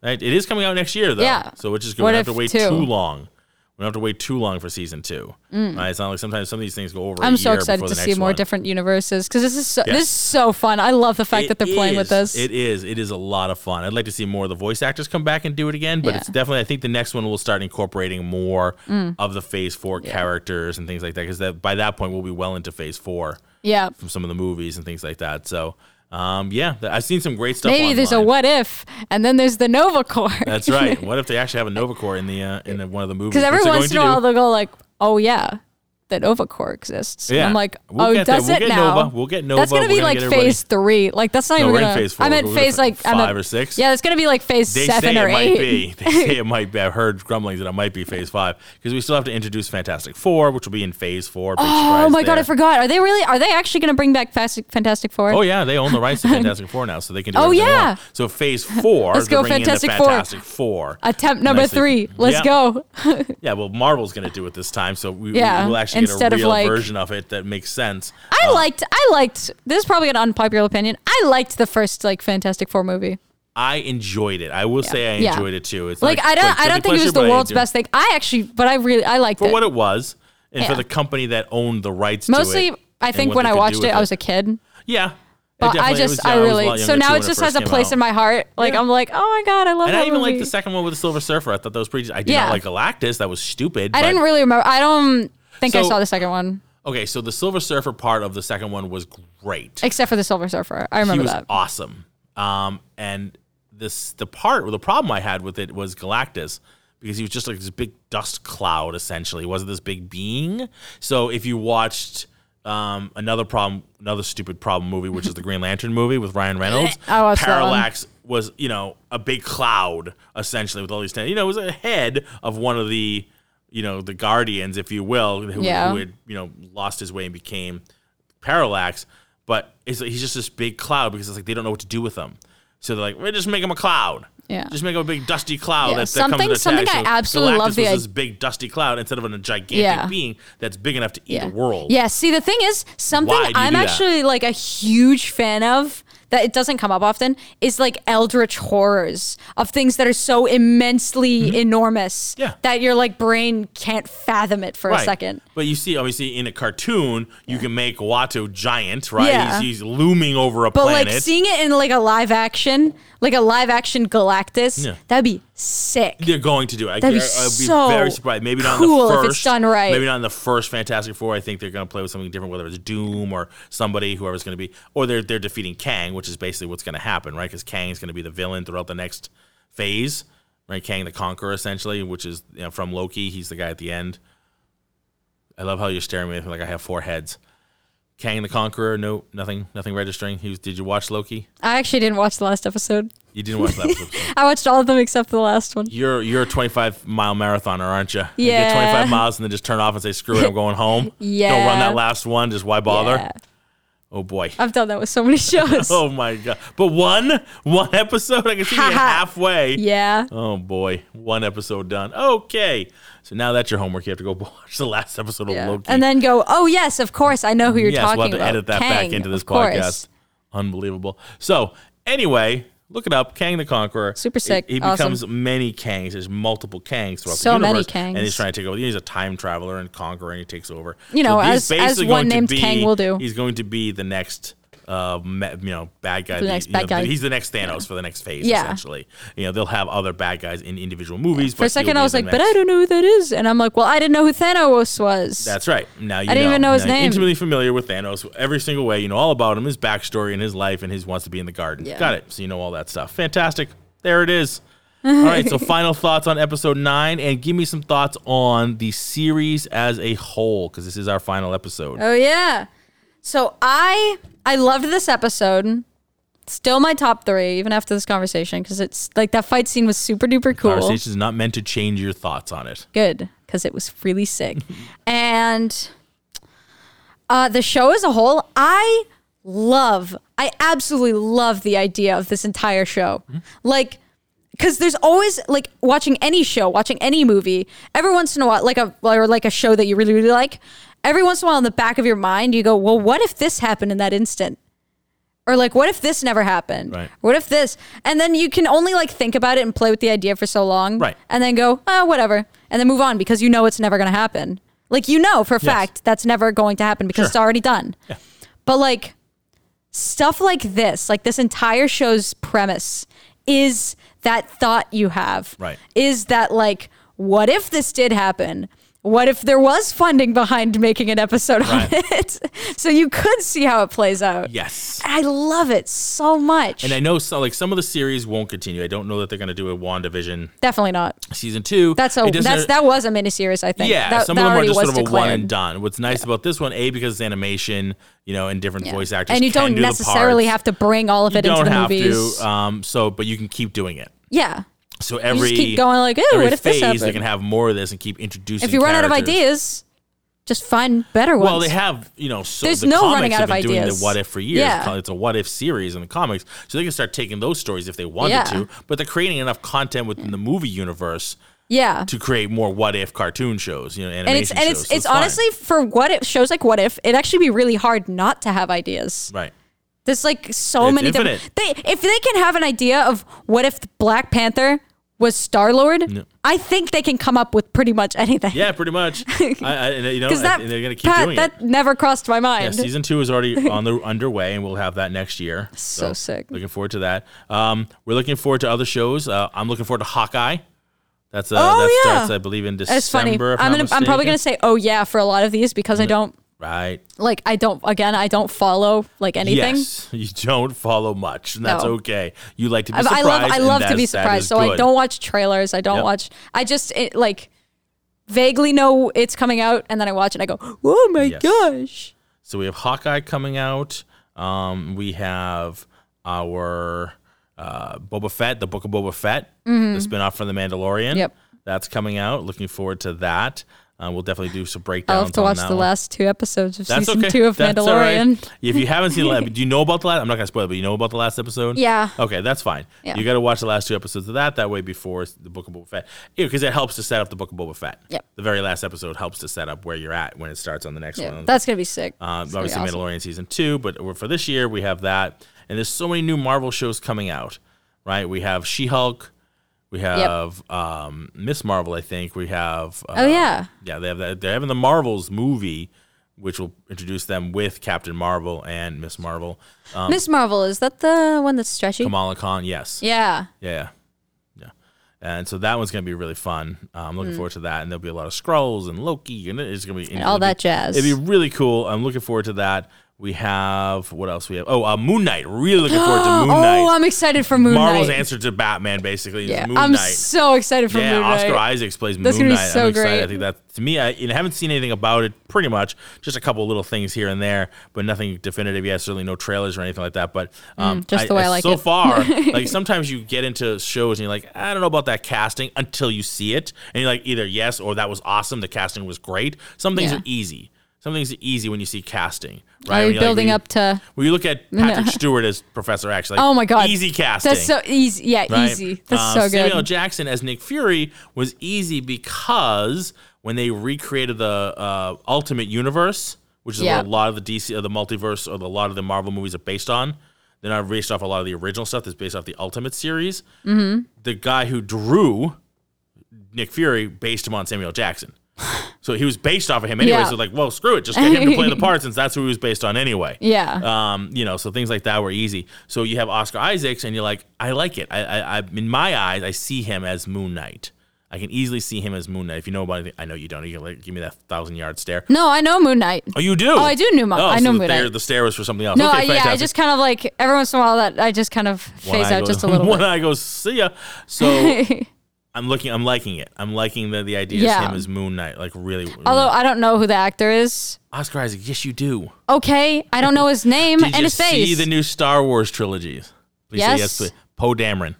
B: Right? It is coming out next year though,
C: Yeah.
B: so which is good.
C: What
B: we don't have to
C: if
B: wait
C: two?
B: too long. We don't have to wait too long for season two. Right? It's not like sometimes some of these things go over. a
C: Mm. I'm so
B: year
C: excited
B: before
C: to
B: the
C: see
B: next
C: more
B: one.
C: different universes because this is so,
B: Yes.
C: this is so fun. I love the fact that they're
B: It
C: playing with
B: is.
C: this.
B: It is. It is a lot of fun. I'd like to see more of the voice actors come back and do it again, but
C: Yeah. Mm.
B: it's definitely. I think the next one will start incorporating more of the Phase Four characters and things like that, because that by that point we'll be well into Phase Four
C: yeah.
B: from some of the movies and things like that. So, um, yeah, th- I've seen some great stuff.
C: Maybe there's a
B: online.
C: what if, and then there's the Nova Corps.
B: That's right. what if they actually have a Nova Corps in the uh, in the, one of the movies?
C: Because every
B: Which they're
C: once in a
B: going to
C: while
B: do.
C: they'll go like, "Oh yeah, the Nova Corps exists." And
B: Yeah.
C: I'm like,
B: We'll
C: "Oh,
B: get there.
C: does
B: We'll
C: it
B: get
C: now?"
B: Nova. We'll get
C: That's
B: Nova.
C: gonna be
B: We're gonna
C: like
B: get everybody-
C: phase three. Like that's not
B: No,
C: even
B: we're in
C: gonna.
B: phase four.
C: I meant
B: We're gonna
C: phase
B: fi-
C: like I meant-
B: five or six.
C: Yeah, that's gonna be like phase
B: They
C: seven
B: say
C: or
B: it
C: eight.
B: might be. They say it might be. I've heard grumblings that it might be Phase Five because we still have to introduce Fantastic Four, which will be in Phase Four. Big
C: Oh
B: surprise
C: my god,
B: there.
C: I forgot. Are they really? Are they actually gonna bring back Fast- Fantastic Four?
B: Oh yeah, they own the rights to Fantastic Four now, so they can do.
C: Oh,
B: everything they
C: yeah.
B: want. So Phase Four.
C: Let's
B: they're
C: go
B: bringing in the
C: Fantastic Four.
B: Fantastic Four.
C: Attempt number
B: Nicely.
C: three. Let's
B: Yeah.
C: go.
B: Yeah, well, Marvel's going to do it this time, so we,
C: Yeah,
B: will actually
C: instead
B: get a
C: of,
B: real
C: like-
B: version of it that makes sense.
C: I liked. I liked. This is probably an unpopular opinion. I liked the first like Fantastic Four movie.
B: I enjoyed it. I will say I
C: Yeah.
B: enjoyed it too. It's
C: Like, I don't.
B: like
C: I
B: guilty
C: don't think it
B: pleasure,
C: was
B: but
C: the
B: I
C: world's
B: do.
C: best thing. I actually, but I really, I liked
B: for
C: it.
B: what it was, and for
C: Yeah.
B: the company that owned the rights.
C: Mostly,
B: to it,
C: I
B: and
C: think
B: what
C: when
B: they
C: I
B: could do
C: watched
B: with
C: it, I was a kid.
B: yeah. it
C: But I
B: definitely- it
C: just,
B: was- yeah,
C: I
B: was a
C: really.
B: lot
C: so
B: younger, too,
C: now
B: when
C: it
B: first
C: just has a
B: came
C: place
B: out.
C: in my heart. Like I'm like, oh my god, I love
B: And
C: that
B: I even like
C: movie."
B: the second one with the Silver Surfer. I thought that was pretty. I did
C: Yeah.
B: not like Galactus. That was stupid.
C: I
B: but-
C: didn't really remember. I don't think I
B: So-
C: saw the second one
B: Okay, so the Silver Surfer part of the second one was great.
C: except for the Silver Surfer. I
B: he
C: remember
B: was
C: that.
B: awesome. Um, and this the part the problem I had with it was Galactus because he was just like this big dust cloud essentially. He wasn't this big being. So if you watched um, another problem, another stupid problem movie, which is the Green Lantern movie with Ryan Reynolds,
C: I watched that one.
B: Parallax was you know a big cloud essentially with all these ten. You know, it was a head of one of the you know, the guardians, if you will, who,
C: Yeah.
B: who had you know lost his way and became Parallax. But it's, he's just this big cloud because it's like they don't know what to do with him. So they're like, well, just make him a cloud.
C: Yeah.
B: Just make him a big dusty cloud.
C: Yeah,
B: That, that comes
C: something-
B: and attacks
C: something I
B: you.
C: absolutely
B: Galactus
C: love the
B: was
C: i-
B: this big dusty cloud instead of a gigantic
C: Yeah.
B: being that's big enough to eat
C: yeah.
B: the world.
C: Yeah, see the thing is something
B: Why do you
C: I'm
B: do that?
C: actually like a huge fan of that it doesn't come up often is like eldritch horrors of things that are so immensely enormous
B: Mm-hmm. Yeah.
C: that your like brain can't fathom it for a second.
B: But you see, obviously, in a cartoon, you can make Watto giant, right?
C: Yeah.
B: He's, he's looming over a
C: But
B: planet.
C: like seeing it in like a live action, like a live action Galactus,
B: Yeah.
C: that'd be sick.
B: They're going to do it. I,
C: That'd be
B: I'd
C: so
B: very surprised. Maybe not in
C: cool
B: the
C: if
B: first,
C: it's done right.
B: Maybe not in the first Fantastic Four. I think they're going to play with something different, whether it's Doom or somebody, whoever's going to be, or they're they're defeating Kang, which is basically what's going to happen, right? Because Kang is going to be the villain throughout the next phase, right? Kang the Conqueror, essentially, which is you know, from Loki. He's the guy at the end. I love how you're staring at me like I have four heads. Kang the Conqueror, no, nothing, nothing registering. He was, did you watch Loki?
C: I actually didn't watch the last episode.
B: You didn't watch that episode.
C: I watched all of them except for the last one.
B: You're you're a 25 mile marathoner, aren't you? You
C: Yeah.
B: get 25 miles and then just turn off and say, "Screw it, I'm going home." Don't
C: Yeah.
B: run that last one. Just why bother?
C: Yeah.
B: Oh boy.
C: I've done that with so many shows.
B: Oh my god. But one one episode, I can see you halfway.
C: Yeah.
B: Oh boy, one episode done. Okay, so now that's your homework. You have to go watch the last episode
C: Yeah.
B: of Loki.
C: And then go, oh yes, of course, I know who you're
B: yes,
C: talking
B: we'll have to
C: about.
B: edit that
C: Kang,
B: back into this
C: of course.
B: podcast. Unbelievable. So anyway. Look it up, Kang the Conqueror.
C: Super sick,
B: He, he
C: awesome.
B: becomes many Kangs. There's multiple Kangs throughout
C: So
B: the
C: many
B: universe, and he's
C: Kangs.
B: trying to take over. He's a time traveler and conqueror, and he takes over.
C: You know,
B: he's
C: as- as
B: basically
C: one
B: going to
C: named Kang will do.
B: He's going to be the next, uh, me- you know, bad guy.
C: The
B: that-
C: next
B: you
C: bad
B: know,
C: guy.
B: He's the next Thanos for the next phase,
C: Yeah.
B: essentially. You know, they'll have other bad guys in individual movies.
C: For
B: but
C: a second,
B: he'll be
C: I was
B: the
C: like, but
B: next-
C: I don't know who that is, and I'm like, well, I didn't know who Thanos was.
B: that's right. Now you
C: I didn't
B: know.
C: even know his
B: Now you're
C: name.
B: Intimately familiar with Thanos, every single way. You know all about him, his backstory, and his life, and his wants to be in the garden.
C: Yeah.
B: Got it. So you know all that stuff. Fantastic. There it is. all right. So final thoughts on episode nine, and give me some thoughts on the series as a whole, because this is our final episode.
C: oh yeah. So I I loved this episode. Still my top three, even after this conversation, because it's like that fight scene was super duper cool.
B: Conversation is not meant to change your thoughts on it.
C: good because it was really sick. and uh, the show as a whole, I love, I absolutely love the idea of this entire show. Like, because there's always like watching any show, watching any movie, every once in a while, like a or like a show that you really really like. Every once in a while, in the back of your mind, you go, "Well, what if this happened in that instant?" Or like, "What if this never happened?"
B: Right.
C: What if this? And then you can only like think about it and play with the idea for so long,
B: Right.
C: And then go, "Ah, whatever," and then move on because you know it's never going to happen. Like you know for a
B: Yes.
C: fact that's never going to happen because
B: Sure.
C: it's already done. But like stuff like this, like this entire show's premise is that thought you have.
B: Right.
C: Is that like, what if this did happen? What if there was funding behind making an episode
B: Right.
C: on it? So you could see how it plays out.
B: Yes.
C: I love it so much.
B: And I know, so, like some of the series won't continue. I don't know that they're going to do a Wandavision
C: Definitely not.
B: season two.
C: That's a
B: It doesn't-
C: that's that was a miniseries, I think.
B: Yeah,
C: that,
B: some
C: that
B: of them are
C: already
B: just sort of
C: was
B: a one
C: declared.
B: and done. What's nice about this one, a because it's animation, you know, and different
C: Yeah.
B: voice actors,
C: and you
B: can
C: don't
B: do the
C: necessarily
B: parts.
C: have to bring all of
B: You
C: it into
B: don't
C: the
B: have
C: movies.
B: to. Um, so, but you can keep doing it.
C: yeah.
B: So every
C: keep going like, "Ooh,
B: every
C: what if
B: phase,
C: this
B: They
C: happened?"
B: can have more of this and keep introducing.
C: If you run out of
B: characters.
C: ideas, just find better ones.
B: Well, they have, you know, so
C: There's
B: the
C: no
B: comics
C: running out
B: have been
C: of
B: doing the
C: ideas.
B: what if for years.
C: Yeah.
B: It's a what if series in the comics, so they can start taking those stories if they wanted
C: Yeah.
B: to. But they're creating enough content within the movie universe
C: yeah.
B: to create more what if cartoon shows, you know, animation
C: and it's and
B: shows.
C: it's
B: So
C: it's
B: fine.
C: honestly for what if shows like what if it'd actually be really hard not to have ideas.
B: right.
C: There's like so
B: It's
C: many different.
B: infinite.
C: They if they can have an idea of what if Black Panther was Star Lord, I think they can come up with pretty much anything.
B: Yeah, pretty much. I, I, and, uh, you know,
C: because that
B: and they're gonna keep
C: Pat,
B: doing it.
C: that never crossed my
B: Yeah,
C: mind.
B: season two is already on the underway, and we'll have that next year.
C: So sick.
B: Looking forward to that. Um, we're looking forward to other shows. Uh, I'm looking forward to Hawkeye. That's uh,
C: Oh,
B: that
C: yeah.
B: starts, I believe, in December.
C: it's funny. I'm
B: if I'm,
C: gonna I'm probably gonna
B: mistaken.
C: say oh yeah for a lot of these because I don't
B: right.
C: like I don't again I don't follow like anything.
B: Yes, you don't follow much, and that's
C: No.
B: okay. You like to be
C: I, I
B: surprised.
C: love I
B: and
C: love
B: that
C: to be
B: is- that
C: surprised.
B: is
C: So I
B: good.
C: don't watch trailers. I don't
B: Yep.
C: watch. I just it, like vaguely know it's coming out, and then I watch it. and I go, oh my
B: Yes.
C: gosh.
B: So we have Hawkeye coming out. Um, we have our uh, Boba Fett, the Book of Boba Fett, the spinoff from The Mandalorian.
C: Mm-hmm. Yep.
B: That's coming out. Looking forward to that. Uh, we'll definitely do some breakdowns.
C: I'll have to
B: on
C: watch
B: that
C: the
B: one.
C: last two episodes of
B: That's
C: season
B: okay.
C: two of
B: That's all right.
C: Mandalorian.
B: If you haven't seen the last, do you know about the last? I'm not gonna spoil it, but you know about the last episode.
C: Yeah.
B: Okay, that's fine.
C: Yeah.
B: You got to watch the last two episodes of that. That way, before it's the Book of Boba Fett, because it helps to set up the Book of Boba Fett.
C: Yep.
B: The very last episode helps to set up where you're at when it starts on the next
C: Yeah,
B: one.
C: that's gonna be sick.
B: Um,
C: It's gonna be
B: obviously,
C: awesome.
B: Mandalorian season two, but we're- for this year we have that, and there's so many new Marvel shows coming out. Right, we have She-Hulk, we have um, Miss Marvel, I think we have. Uh,
C: Oh yeah,
B: yeah, they have that. They're having the Marvels movie, which will introduce them with Captain Marvel and Miss Marvel. Um,
C: Miss Marvel is that the one that's stretchy?
B: Kamala Khan, yes.
C: Yeah,
B: Yeah, yeah, yeah. And so that one's going to be really fun. Uh, I'm looking forward to that. And there'll be a lot of scrolls and Loki, and it's going to be
C: Mm. and all
B: it'll be-
C: that jazz.
B: It'd be really cool. I'm looking forward to that. We have what else? We have oh, uh, Moon Knight. Really looking forward to Moon Knight.
C: oh, I'm excited for Moon
B: Marvel's
C: Knight.
B: answer to Batman, basically. is
C: Yeah,
B: Moon
C: I'm
B: Knight.
C: so excited for
B: yeah,
C: Moon Knight.
B: Oscar Isaacs plays
C: That's
B: Moon
C: gonna be
B: Knight.
C: so
B: I'm excited.
C: great.
B: I think that to me, I, and I haven't seen anything about it. Pretty much, just a couple little things here and there, but nothing definitive yet. Certainly no trailers or anything like that. But um,
C: Mm, just the way I like
B: so
C: it.
B: far, like sometimes you get into shows and you're like, I don't know about that casting until you see it, and you're like, either yes or that was awesome. The casting was great. Some things
C: Yeah.
B: are easy. Some things are easy when you see casting. Right? When
C: Are you
B: you're like-
C: building
B: when you-
C: up to?
B: When you look at Patrick Stewart as Professor X, like,
C: Oh my god,
B: easy casting.
C: That's so easy. Yeah,
B: right?
C: easy. That's
B: Uh,
C: so good.
B: Samuel Jackson as Nick Fury was easy because when they recreated the uh, Ultimate Universe, which is
C: Yeah.
B: what a lot of the DC, or the multiverse, or the, a lot of the Marvel movies are based on, they're not based off a lot of the original stuff. That's based off the Ultimate series. Mm-hmm. The guy who drew Nick Fury based him on Samuel Jackson. So he was based off of him anyway.
C: Yeah.
B: So like, well, screw it, just get him to play the part since that's who he was based on anyway.
C: Yeah.
B: Um, you know, so things like that were easy. So you have Oscar Isaacs, and you're like, I like it. I, I, I in my eyes, I see him as Moon Knight. I can easily see him as Moon Knight. If you know about anything, I know you don't. You can like give me that thousand yard stare.
C: no, I know Moon Knight.
B: Oh, you do. Oh,
C: I do knew Mo-
B: Oh,
C: I
B: so
C: know
B: the
C: Moon
B: stare-
C: Knight.
B: The stare was for something else.
C: No,
B: okay,
C: I, yeah, I
B: fantastic.
C: just kind of like every once in a while that I just kind of
B: One
C: phase
B: eye
C: out
B: goes-
C: just a little
B: One
C: bit.
B: eye goes, see ya. So I'm looking. I'm liking it. I'm liking the the idea
C: Yeah.
B: of him as Moon Knight. Like really.
C: Although I don't know who the actor is.
B: Oscar Isaac, yes, you do.
C: Okay, I don't know his name
B: Did
C: and
B: you
C: his
B: see
C: face.
B: the new Star Wars trilogy? Please say
C: Yes.
B: yes, please. Poe Dameron,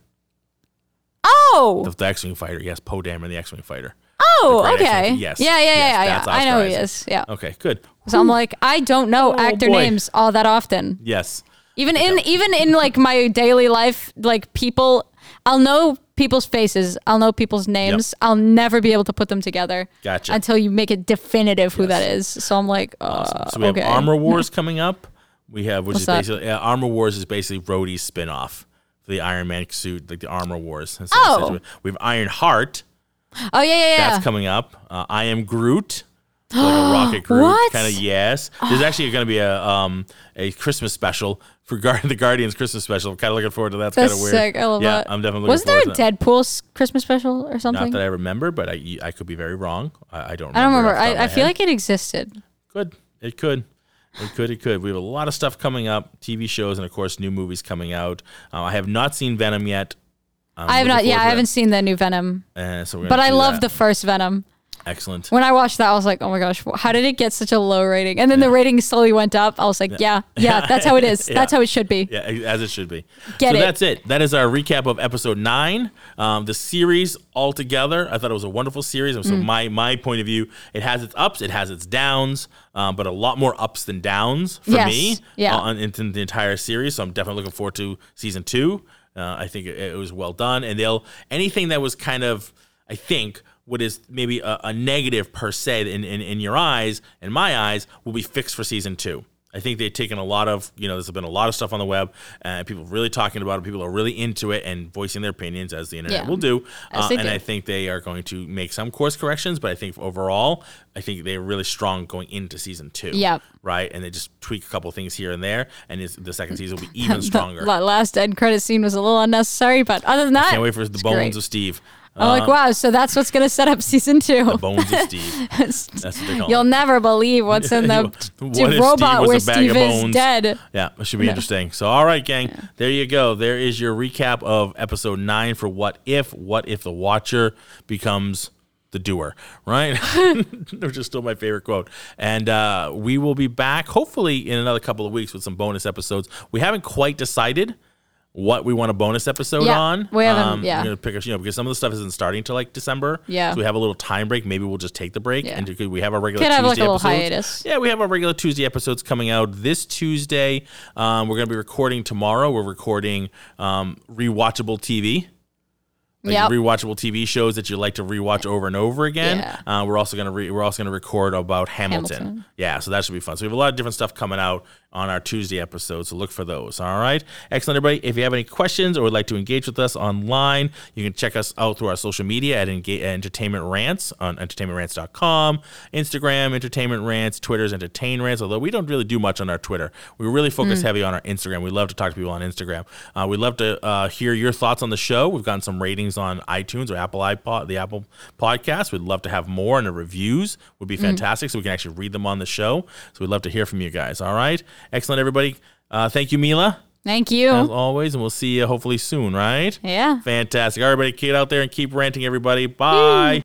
C: oh,
B: the, the X-wing fighter. Yes, Poe Dameron, the X-wing fighter.
C: oh,
B: Great
C: okay.
B: X-wing. Yes,
C: Yeah, yeah,
B: yes,
C: yeah, yeah.
B: that's
C: I know
B: Oscar
C: who he
B: Isaac.
C: is. Yeah.
B: Okay, good.
C: So I'm like, I don't know
B: Oh,
C: actor
B: boy.
C: names all that often.
B: Yes,
C: Even in even in like my daily life, like people, I'll know people's faces, I'll know people's names. I'll never be able to put them together.
B: Gotcha.
C: Until you make it definitive who that is. So I'm like, uh,
B: so we
C: okay.
B: have Armor Wars coming up. We have which is
C: that?
B: basically uh, Armor Wars is basically Rhodey's spin-off for the Iron Man suit, like the Armor Wars. And so
C: Oh.
B: essentially- we have Iron Heart
C: Oh yeah, yeah, yeah.
B: that's coming up. Uh, I am Groot. Like a rocket Groot
C: What?
B: kind of yes. There's actually going to be a um a Christmas special for Guard- the Guardians Christmas special. kind of looking forward to that. It's
C: That's
B: kind of weird.
C: sick. I love
B: yeah,
C: that.
B: I'm definitely looking
C: Wasn't there
B: forward
C: a
B: to that.
C: Deadpool's Christmas special or something?
B: Not that I remember, but I I could be very wrong. I, I don't. remember
C: I don't remember.
B: off the top of
C: I, I
B: my
C: feel
B: head.
C: like it existed.
B: Could. It could. It could. It could. We have a lot of stuff coming up, TV shows, and of course, new movies coming out. Uh, I have not seen Venom yet. I'm
C: I have
B: looking
C: not. Yeah, I
B: forward
C: haven't
B: to
C: seen the new Venom,
B: that. Uh, so we're
C: but
B: gonna
C: I
B: do
C: love
B: that.
C: the first Venom.
B: excellent.
C: When I watched that, I was like, "Oh my gosh, wh- how did it get such a low rating?" And then the rating slowly went up. I was like, "Yeah, yeah, that's how it is. That's how it should be."
B: Yeah, as it should be.
C: Get
B: so
C: it.
B: that's it. That is our recap of episode nine, um, the series altogether. I thought it was a wonderful series. And
C: Mm.
B: so my my point of view, it has its ups, it has its downs, um, but a lot more ups than downs for
C: Yes.
B: me uh,
C: Yeah.
B: on in, in the entire series. So I'm definitely looking forward to season two. Uh, I think it, it was well done, and they'll anything that was kind of I think. What is maybe a, a negative per se in, in, in your eyes, in my eyes, will be fixed for season two. I think they've taken a lot of, you know, there's been a lot of stuff on the web, and people really talking about it. People are really into it and voicing their opinions as the internet
C: Yeah.
B: will do.
C: As
B: Uh,
C: they
B: and
C: do.
B: I think they are going to make some course corrections, but I think overall, I think they're really strong going into season two.
C: Yep.
B: Right, and they just tweak a couple things here and there, and it's, the second season will be even stronger.
C: The last end credit scene was a little unnecessary, but other than that,
B: Can't wait for the
C: it's
B: bones
C: great.
B: of Steve.
C: I'm like, wow, so that's what's gonna set up season two.
B: Bones of Steve. That's what they call
C: You'll
B: it.
C: never believe what's in the
B: What
C: d-
B: if Steve
C: robot
B: was a
C: where
B: bag
C: Steve
B: of
C: is
B: bones?
C: dead.
B: Yeah, it should be interesting. So, all right, gang, there you go. There is your recap of episode nine for What If? What if the Watcher becomes the doer, right? Which is still my favorite quote. And uh, we will be back hopefully in another couple of weeks with some bonus episodes. We haven't quite decided what we want a bonus episode
C: Yeah,
B: on. Um,
C: we haven't- yeah.
B: We're gonna pick a you know because some of the stuff isn't starting till like December.
C: Yeah.
B: so we have a little time break. Maybe we'll just take the break
C: Yeah.
B: and do- we have our regular
C: Could have, like, a
B: Tuesday
C: little
B: episodes.
C: hiatus.
B: Yeah, we have our regular Tuesday episodes coming out this Tuesday. Um, we're gonna be recording tomorrow. We're recording um, rewatchable TV like
C: Yep.
B: rewatchable TV shows that you like to rewatch over and over again.
C: Yeah.
B: Uh, we're also gonna re- we're also gonna record about Hamilton.
C: Hamilton.
B: Yeah, so that should be fun. So we have a lot of different stuff coming out on our Tuesday episode. So look for those. All right, excellent, everybody. If you have any questions or would like to engage with us online, you can check us out through our social media at Enga- Entertainment Rants on entertainmentrants.com, Instagram Entertainment Rants, Twitter's Entertain Rants. Although we don't really do much on our Twitter, we really focus heavy on our Instagram. We love to talk to people on Instagram. Uh, we love to uh, hear your thoughts on the show. We've gotten some ratings on iTunes or Apple iPod, the Apple podcast. We'd love to have more, and the reviews would be fantastic so we can actually read them on the show. So we'd love to hear from you guys. All right. Excellent, everybody. Uh, thank you, Mila,
C: Thank you.
B: as always, and we'll see you hopefully soon, right?
C: Oh. yeah.
B: Fantastic. All right, everybody, get out there and keep ranting, everybody. Bye.